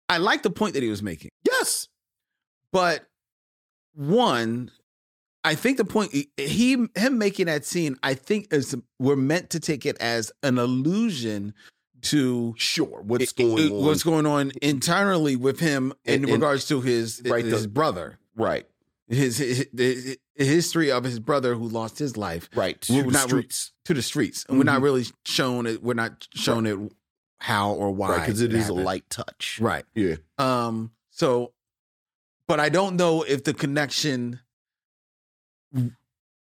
S4: I like the point that he was making.
S3: Yes.
S4: But one, I think the point he him making that scene, I think is we're meant to take it as an allusion to
S3: Sure, what's going on?
S4: what's going on internally with him in,
S3: And- and-
S4: regards to his
S3: Right,
S4: his
S3: the-
S4: brother.
S3: right,
S4: His, his, his history of his brother who lost his life
S3: right.
S4: We're
S3: To the
S4: not re-
S3: streets.
S4: to the streets, and
S3: Mm-hmm.
S4: we're not really shown it. We're not shown it how or why
S3: Right, because it is a
S4: happened.
S3: light touch.
S4: right?
S3: Yeah.
S4: Um, so, but I don't know if the connection r-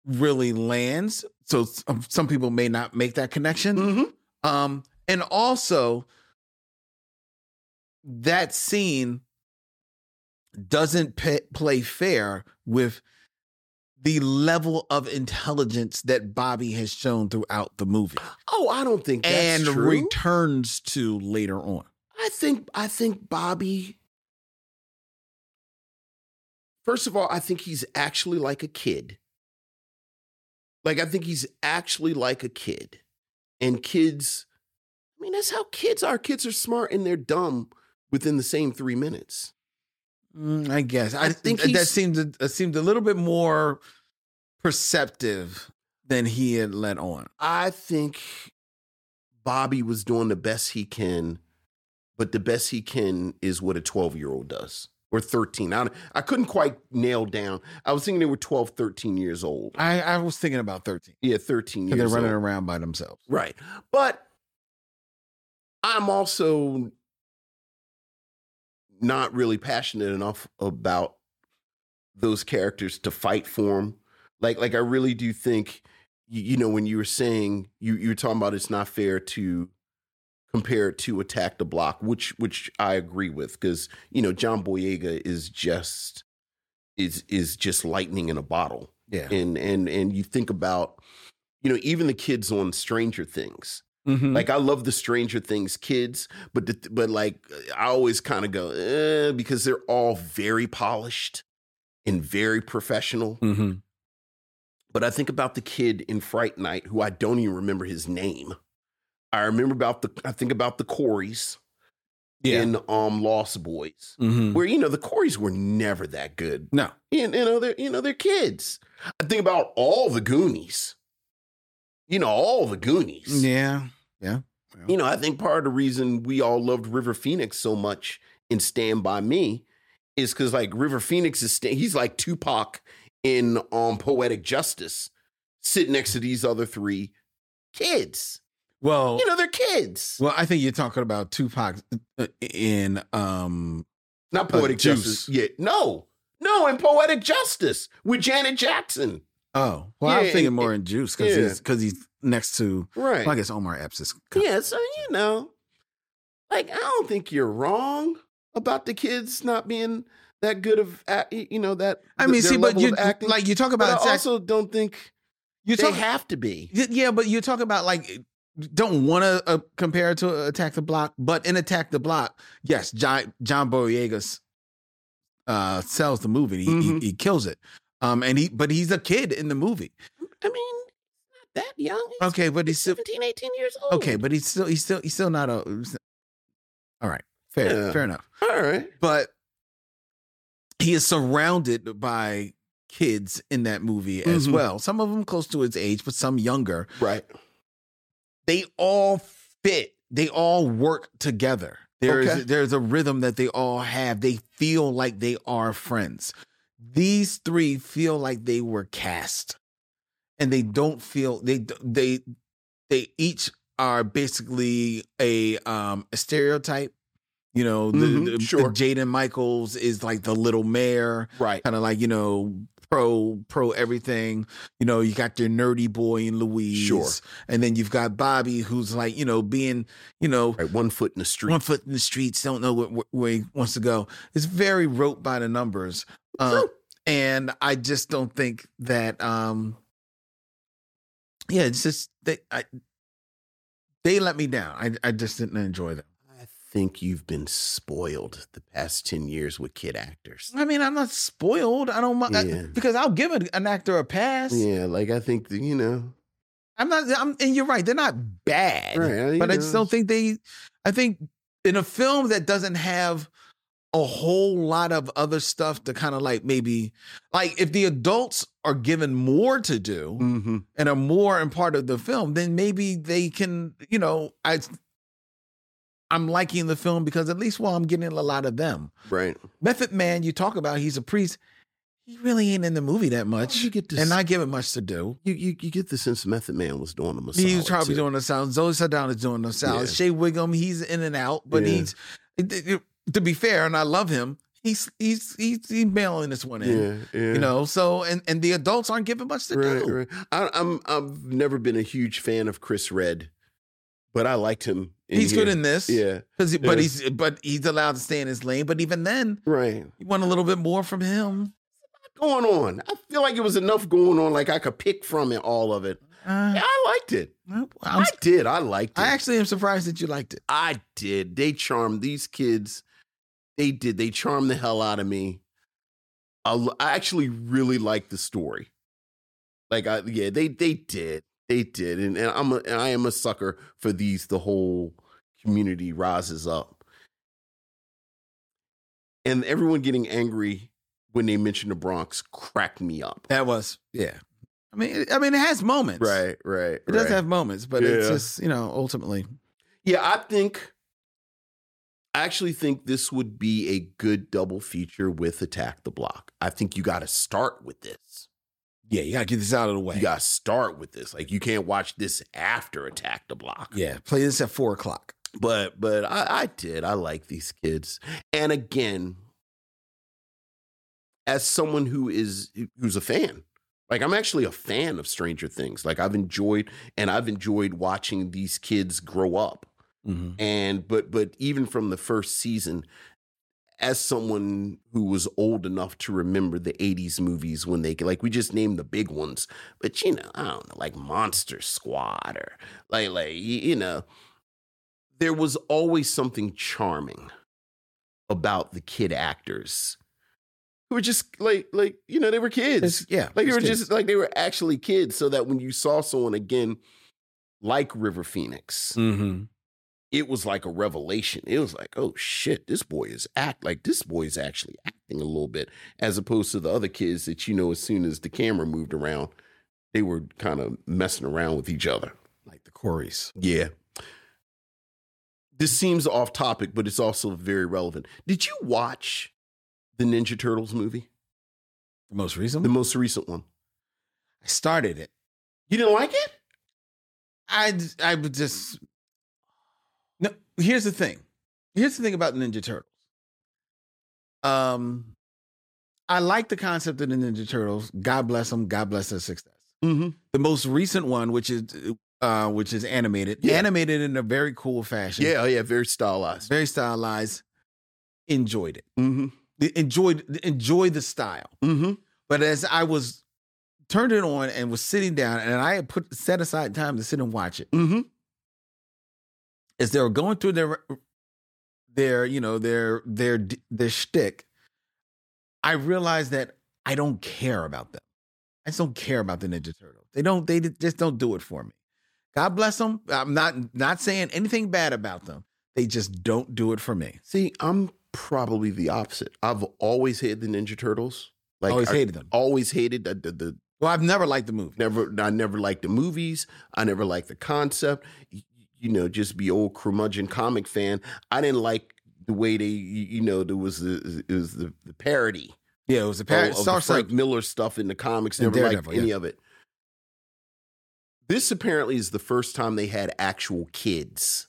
S4: really lands. So some, some people may not make that connection.
S3: hmm
S4: Um, and also that scene doesn't pa play fair with the level of intelligence that Bobby has shown throughout the movie
S3: Oh, I don't think that's
S4: and
S3: true.
S4: returns to later on.
S3: I think I think Bobby. First of all, I think he's actually like a kid. Like I think he's actually like a kid. And kids, I mean, that's how kids are. Kids are smart and they're dumb within the same three minutes.
S4: Mm, I guess.
S3: I
S4: I,
S3: think
S4: think that
S3: he's-
S4: seemed uh, that seemed a little bit more perceptive than he had let on.
S3: I think Bobby was doing the best he can, but the best he can is what a 12 year old does or 13. I, I couldn't quite nail down. I was thinking they were 12, 13 years old.
S4: I, I was thinking about thirteen
S3: Yeah, 13
S4: because
S3: years
S4: they're running
S3: old.
S4: around by themselves.
S3: Right. But I'm also not really passionate enough about those characters to fight for them. Like, like I really do think, you, you know, when you were saying you you were talking about it's not fair to compare it to Attack the Block, which which I agree with because you know John Boyega is just is is just lightning in a bottle
S4: Yeah.
S3: and and and you think about you know even the kids on stranger things
S4: Mhm.
S3: like i love the stranger things kids but the, but like i always kind of go eh, because they're all very polished and very professional
S4: Mhm.
S3: but i think about the kid in fright night who i don't even remember his name i remember about the i think about the coreys
S4: Yeah.
S3: in um lost boys
S4: Mhm.
S3: where you know the coreys were never that good
S4: No.
S3: and you know they're you know they're kids. I think about all the Goonies. You know all the Goonies.
S4: Yeah.
S3: You know I think part of the reason we all loved River Phoenix so much in Stand by Me is because like River Phoenix is sta- he's like Tupac in um Poetic Justice, sitting next to these other three kids.
S4: Well.
S3: You know they're kids,
S4: well, I think you're talking about Tupac uh, in um
S3: not Poetic
S4: Juice.
S3: Justice. Yeah, no, no, in Poetic Justice with Janet Jackson.
S4: oh well I'm
S3: Yeah,
S4: thinking
S3: and-
S4: more in Juice because
S3: yeah.
S4: he's because he's next to
S3: Right.
S4: well, I guess Omar Epps is
S3: Yeah, so you know, like I don't think you're wrong about the kids not being that good of, act, you know, that.
S4: I
S3: their
S4: mean, see, but
S3: level
S4: you
S3: of acting.
S4: like you talk
S3: But
S4: about
S3: I
S4: Zach-
S3: also don't think
S4: you
S3: they
S4: talk
S3: have to be.
S4: Y- Yeah, but you're talking about like don't want to uh, compare it to Attack the Block, but in Attack the Block, yes, John John Boyega's uh, sells the movie. He,
S3: Mhm.
S4: he, he kills it. Um, and he but he's a kid in the movie.
S3: I mean,
S13: that young. He's
S4: Okay, but he's still
S13: 17, 18 years old.
S4: Uh, okay, but he's still he's still he's still not a. All right, fair,
S3: Yeah.
S4: fair enough.
S3: All right.
S4: But he is surrounded by kids in that movie as
S3: Mhm.
S4: well. Some of them close to his age, but some younger.
S3: Right.
S4: They all fit. They all work together. There is
S3: Okay.
S4: there's a rhythm that they all have. They feel like they are friends. These three feel like they were cast, and they don't feel they they they each are basically a um a stereotype. You know, the,
S3: Mhm,
S4: the,
S3: sure.
S4: the Jaden Michaels is like the little mayor,
S3: Right.
S4: Kind of like you know pro pro everything. You know, you got your nerdy boy in Louise,
S3: Sure.
S4: and then you've got Bobby, who's like you know being you know
S3: Right. One foot in the street.
S4: one foot in the streets, don't know where, where he wants to go. It's very rote by the numbers, uh, and I just don't think that. um Yeah, it's just they I, they let me down. I I just didn't enjoy them.
S3: think you've been spoiled the past 10 years with kid actors.
S4: I mean, I'm not spoiled. I don't mind
S3: Yeah.
S4: because I'll give an, an actor a pass.
S3: Yeah, like I think that, you know.
S4: I'm not. I'm, and you're right. They're not bad,
S3: Right, you
S4: but I just
S3: know.
S4: don't think they. I think in a film that doesn't have a whole lot of other stuff to kind of like maybe like if the adults are given more to do
S3: Mm.
S4: and are more in part of the film, then maybe they can. You know, I. I'm liking the film because at least while I'm getting a lot of them.
S3: Right.
S4: Method Man, you talk about he's a priest. He really ain't in the movie that much,
S3: you get this-
S4: and not given much to do.
S3: You, you you get the sense Method Man was doing them a
S4: He
S3: solid,
S4: was probably
S3: too.
S4: doing the sound. Zoe Saldana is doing the sound.
S3: Yeah.
S4: Shea Wiggum, he's in and out, but
S3: Yeah.
S4: he's to be fair, and I love him. He's he's he's, he's mailing this one in,
S3: Yeah, yeah.
S4: you know. So and and the adults aren't giving much to
S3: Right,
S4: do.
S3: right. I, I'm I've never been a huge fan of Chris Red, but I liked him. in
S4: He's good
S3: here.
S4: in this,
S3: Yeah,
S4: 'Cause he- but
S3: Yeah.
S4: he's but he's allowed to stay in his lane. But even then,
S3: right.
S4: you want a little bit more from him.
S3: Going on, I feel like it was enough going on. Like I could pick from it all of it.
S4: Uh,
S3: Yeah, I liked it.
S4: I'm-
S3: i did. I liked it.
S4: I
S3: I,
S4: actually am surprised that you liked it.
S3: did. They charmed these kids. They did. They charmed the hell out of me. I, l- I actually really liked the story. Like I yeah, they they did. They did. And, and I'm a, and I am a sucker for these the whole community rises up. And everyone getting angry when they mentioned the Bronx cracked me up.
S4: That was yeah. I mean, it- I mean, it has moments.
S3: Right, right.
S4: It does
S3: right.
S4: have moments, but it's
S3: Yeah.
S4: just you know ultimately.
S3: Yeah, I think I actually think this would be a good double feature with Attack the Block. I think you got to start with this.
S4: Yeah, you gotta get this out of the way.
S3: You got to start with this. Like you can't watch this after Attack the Block.
S4: Yeah, play this at four o'clock.
S3: But but I, I did. I like these kids. And again, as someone who is who's a fan, like I'm actually a fan of Stranger Things. Like I've enjoyed and I've enjoyed watching these kids grow up.
S4: Mm-hmm.
S3: and but but even from the first season as someone who was old enough to remember the 80s movies when they like we just named the big ones but you know i don't know like monster squad or like like y- you know there was always something charming about the kid actors who were just like like you know they were kids
S4: It's- yeah,
S3: like they
S4: it's
S3: were
S4: kids.
S3: just like they were actually kids so that when you saw someone again like river phoenix
S4: Mm-hmm.
S3: it was like a revelation. It was like, oh shit, this boy is act like this boy is actually acting a little bit, as opposed to the other kids that you know as soon as the camera moved around, they were kind of messing around with each other.
S4: Like the Corys.
S3: Yeah. This seems off topic, but it's also very relevant. Did you watch the Ninja Turtles movie?
S4: The most recent
S3: The
S4: one?
S3: most recent one.
S4: I started it.
S3: You didn't like it?
S4: I d- I would just No, here's the thing. Here's the thing about Ninja Turtles. Um I like the concept of the Ninja Turtles. God bless them. God bless their success.
S3: Mm-hmm.
S4: The most recent one, which is uh which is animated,
S3: Yeah.
S4: animated in a very cool fashion.
S3: Yeah, oh yeah, very stylized.
S4: Very stylized. Enjoyed it.
S3: Mm-hmm.
S4: Enjoyed enjoy the style.
S3: Mm-hmm.
S4: But as I was turned it on and was sitting down, and I had put set aside time to sit and watch it,
S3: Mm-hmm.
S4: as they were going through their their you know their their their shtick, I realized that I don't care about them. I just don't care about the Ninja Turtles. They don't. They just don't do it for me. God bless them. I'm not not saying anything bad about them. They just don't do it for me.
S3: See, I'm probably the opposite. I've always hated the Ninja Turtles.
S4: Always hated them.
S3: Always hated the, the, the
S4: Well, I've never liked the movie.
S3: Never, I never liked the movies. I never liked the concept. You, you know, just be old curmudgeon comic fan. I didn't like the way they, you, you know, there was the it was the, the parody.
S4: Yeah, it was a
S3: Oh,
S4: parody.
S3: of- of
S4: Star
S3: the Frank
S4: Cycle.
S3: Miller stuff in the comics.
S4: And
S3: Never liked
S4: Daredevil,
S3: any
S4: yeah.
S3: of it. This apparently is the first time they had actual kids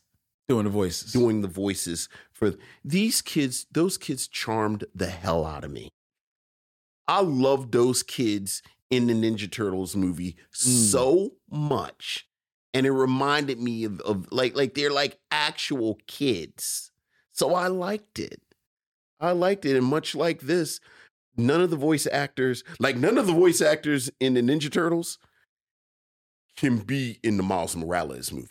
S4: doing the voices.
S3: doing the voices for these kids. Those kids charmed the hell out of me. I loved those kids in the Ninja Turtles movie so much, and it reminded me of, of like like they're like actual kids. So I liked it. I liked it, and much like this, none of the voice actors, like none of the voice actors in the Ninja Turtles, can be in the Miles Morales movies.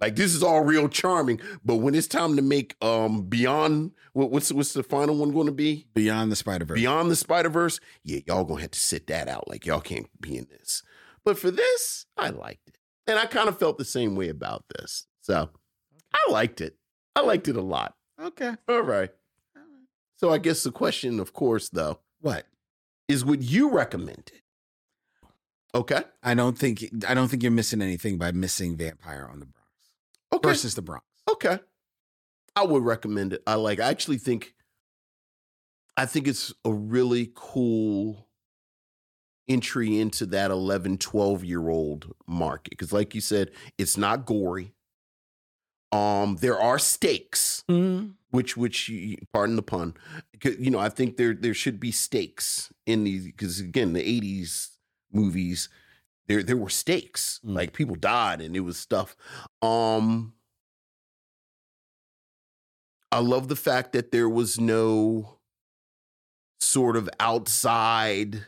S3: like this is all real charming, but when it's time to make um Beyond, what, what's what's the final one going to be?
S4: Beyond the Spider Verse.
S3: Beyond the Spider Verse, yeah, y'all gonna have to sit that out. Like y'all can't be in this. But for this, I liked it, and I kind of felt the same way about this. So I liked it. I liked it a lot.
S4: Okay.
S3: All right. So I guess the question, of course, though,
S4: What?
S3: is would you recommend it? Okay.
S4: I don't think I don't think you're missing anything by missing Vampire on the Bronx
S3: Okay.
S4: versus the Bronx.
S3: Okay. I would recommend it. I like I actually think I think it's a really cool entry into that 11 12 year old market cuz like you said, it's not gory. Um there are stakes which which you- pardon the pun 'cause, you know i think there there should be stakes in these because again the 80s movies there there were stakes like people died and it was stuff um i love the fact that there was no sort of outside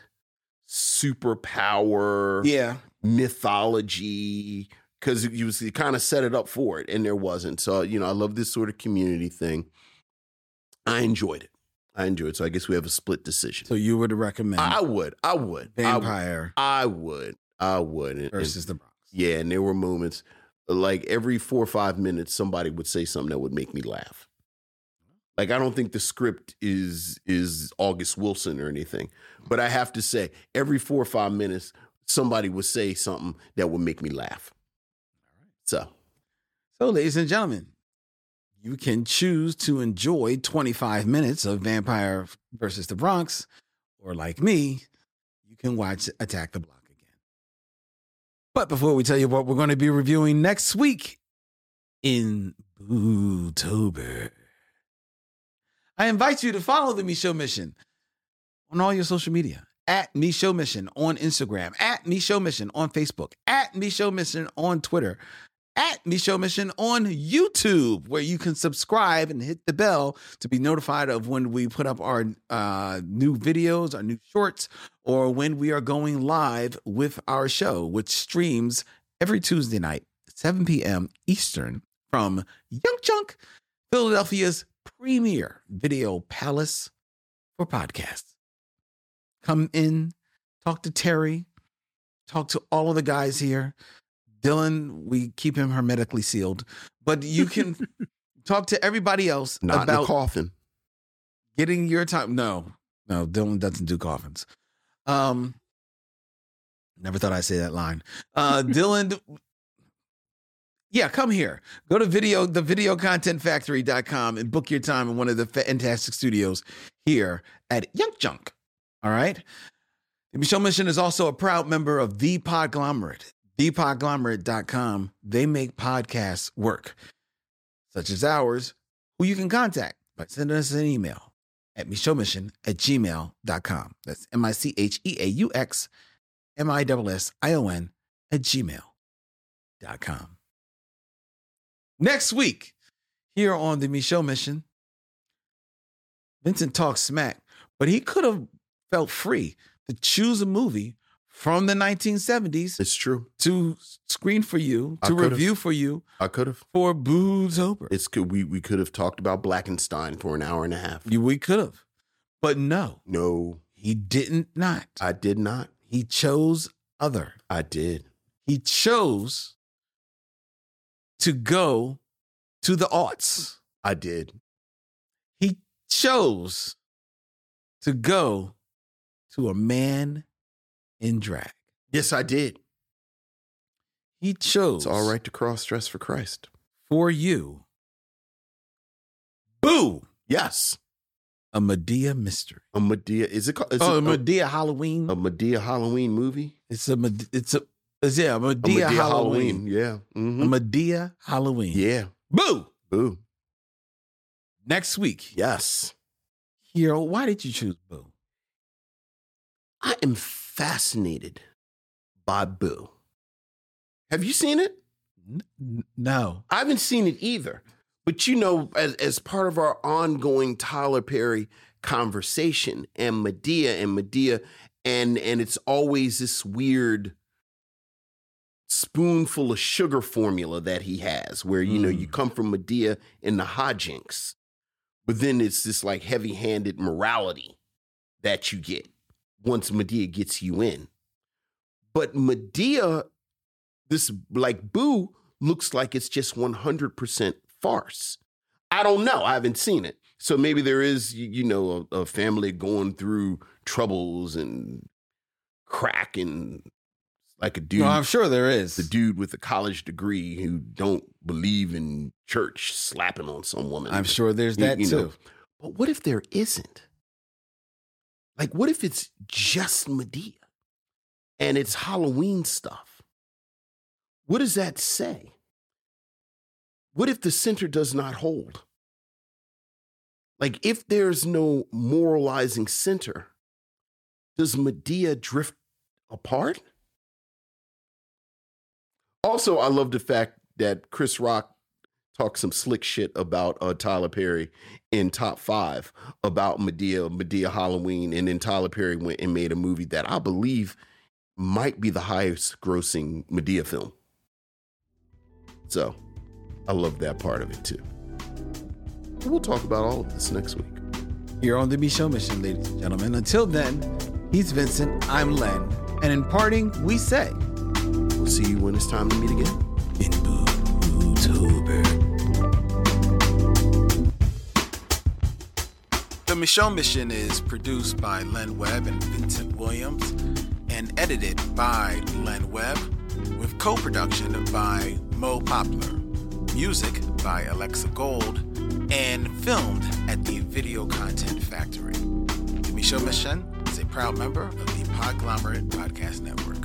S3: superpower
S4: Yeah.
S3: mythology because you was you kind of set it up for it and there wasn't so you know i love this sort of community thing i enjoyed it i enjoyed it so i guess we have a split decision
S4: So you would recommend
S3: i I would i would I would.
S4: Vampire
S3: i would i would And- and-
S4: versus the Bronx.
S3: yeah and there were moments uh, like every four or five minutes somebody would say something that would make me laugh like i don't think the script is is august wilson or anything but i have to say every four or five minutes somebody would say something that would make me laugh so
S4: So, ladies and gentlemen, you can choose to enjoy 25 minutes of Vampire versus the Bronx, or like me, you can watch Attack the Block again. But before we tell you what we're going to be reviewing next week in Bootober, I invite you to follow the Me Show Mission on all your social media. At Me Show Mission on Instagram, at Me Show Mission on Facebook, at Me Show Mission on Twitter, at Me Show Mission on YouTube, where you can subscribe and hit the bell to be notified of when we put up our uh, new videos, our new shorts, or when we are going live with our show, which streams every Tuesday night, 7 p.m. Eastern, from Young Chunk, Philadelphia's premier video palace for podcasts. Come in, talk to Terry, talk to all of the guys here. Dylan, we keep him hermetically sealed, but you can talk to everybody else
S3: not in
S4: about
S3: a coffin
S4: getting your time. No, no, Dylan doesn't do coffins. Um, never thought I'd say that line. Uh, Dylan, yeah, come here. Go to video, the videocontentfactory.com and book your time in one of the fantastic studios here at Young Junk. All right. The Michelle Mission is also a proud member of The Podglomerate. ThePodglomerate.com. They make podcasts work, such as ours, who you can contact by sending us an email at Mission at gmail.com. That's M I C H E A U X M I S S I O N at gmail.com. Next week, here on the Michelle Mission, Vincent talks smack, but he could have felt free to choose a movie from the 1970s
S3: it's true
S4: to screen for you,
S3: I
S4: to
S3: could've.
S4: review for you
S3: i could have
S4: for Boo's Over.
S3: it's could we we could have talked about blackenstein for an hour and a half
S4: You- We could have, but no,
S3: no
S4: he didn't not.
S3: i did not
S4: He chose other.
S3: I did.
S4: He chose to go to the arts.
S3: I did.
S4: He chose to go to a man in drag.
S3: Yes, I did.
S4: He chose.
S3: It's all right to cross dress for Christ.
S4: For you. Boo!
S3: Yes.
S4: A Medea mystery.
S3: A Medea. Is it called? Is
S4: oh,
S3: it,
S4: a Medea Halloween.
S3: A Medea Halloween movie?
S4: It's a Med- it's a it's, yeah, a Medea,
S3: Madea
S4: Halloween.
S3: Yeah.
S4: A
S3: Mhm.
S4: Medea Halloween.
S3: yeah.
S4: Boo!
S3: Boo.
S4: Next week.
S3: Yes.
S4: Hero, why did you choose Boo?
S3: I am fascinated by Boo. Have you seen it?
S4: N- no.
S3: I haven't seen it either. But you know, as, as part of our ongoing Tyler Perry conversation and Medea and Medea, and and it's always this weird spoonful of sugar formula that he has, where you know
S4: Mm.
S3: you come from Medea and the hijinks, but then it's this like heavy-handed morality that you get once Medea gets you in. But Medea, this like Boo looks like it's just 100% farce. I don't know. I haven't seen it. So maybe there is, you, you know, a, a family going through troubles and crack and like a dude,
S4: No, I'm sure there is.
S3: the dude with a college degree who don't believe in church slapping on some woman.
S4: I'm sure there's
S3: You-
S4: that
S3: you
S4: too.
S3: know. But what if there isn't? Like, what if it's just Medea and it's Halloween stuff? What does that say? What if the center does not hold? Like, if there's no moralizing center, does Medea drift apart? Also, I love the fact that Chris Rock talked some slick shit about uh, Tyler Perry in top five about Medea, Medea Halloween, and then Tyler Perry went and made a movie that I believe might be the highest grossing Medea film. So I love that part of it too. We'll talk about all of this next week.
S4: here on the Be Show Mission, ladies and gentlemen. Until then, he's Vincent, I'm Len, and in parting, we say,
S3: We'll see you when it's time to meet again.
S4: in Bootober. The Michelle Mission is produced by Len Webb and Vincent Williams and edited by Len Webb with co production by Mo Poplar, music by Alexa Gold, and filmed at the Video Content Factory. The Michelle Mission is a proud member of the Podglomerate Podcast Network.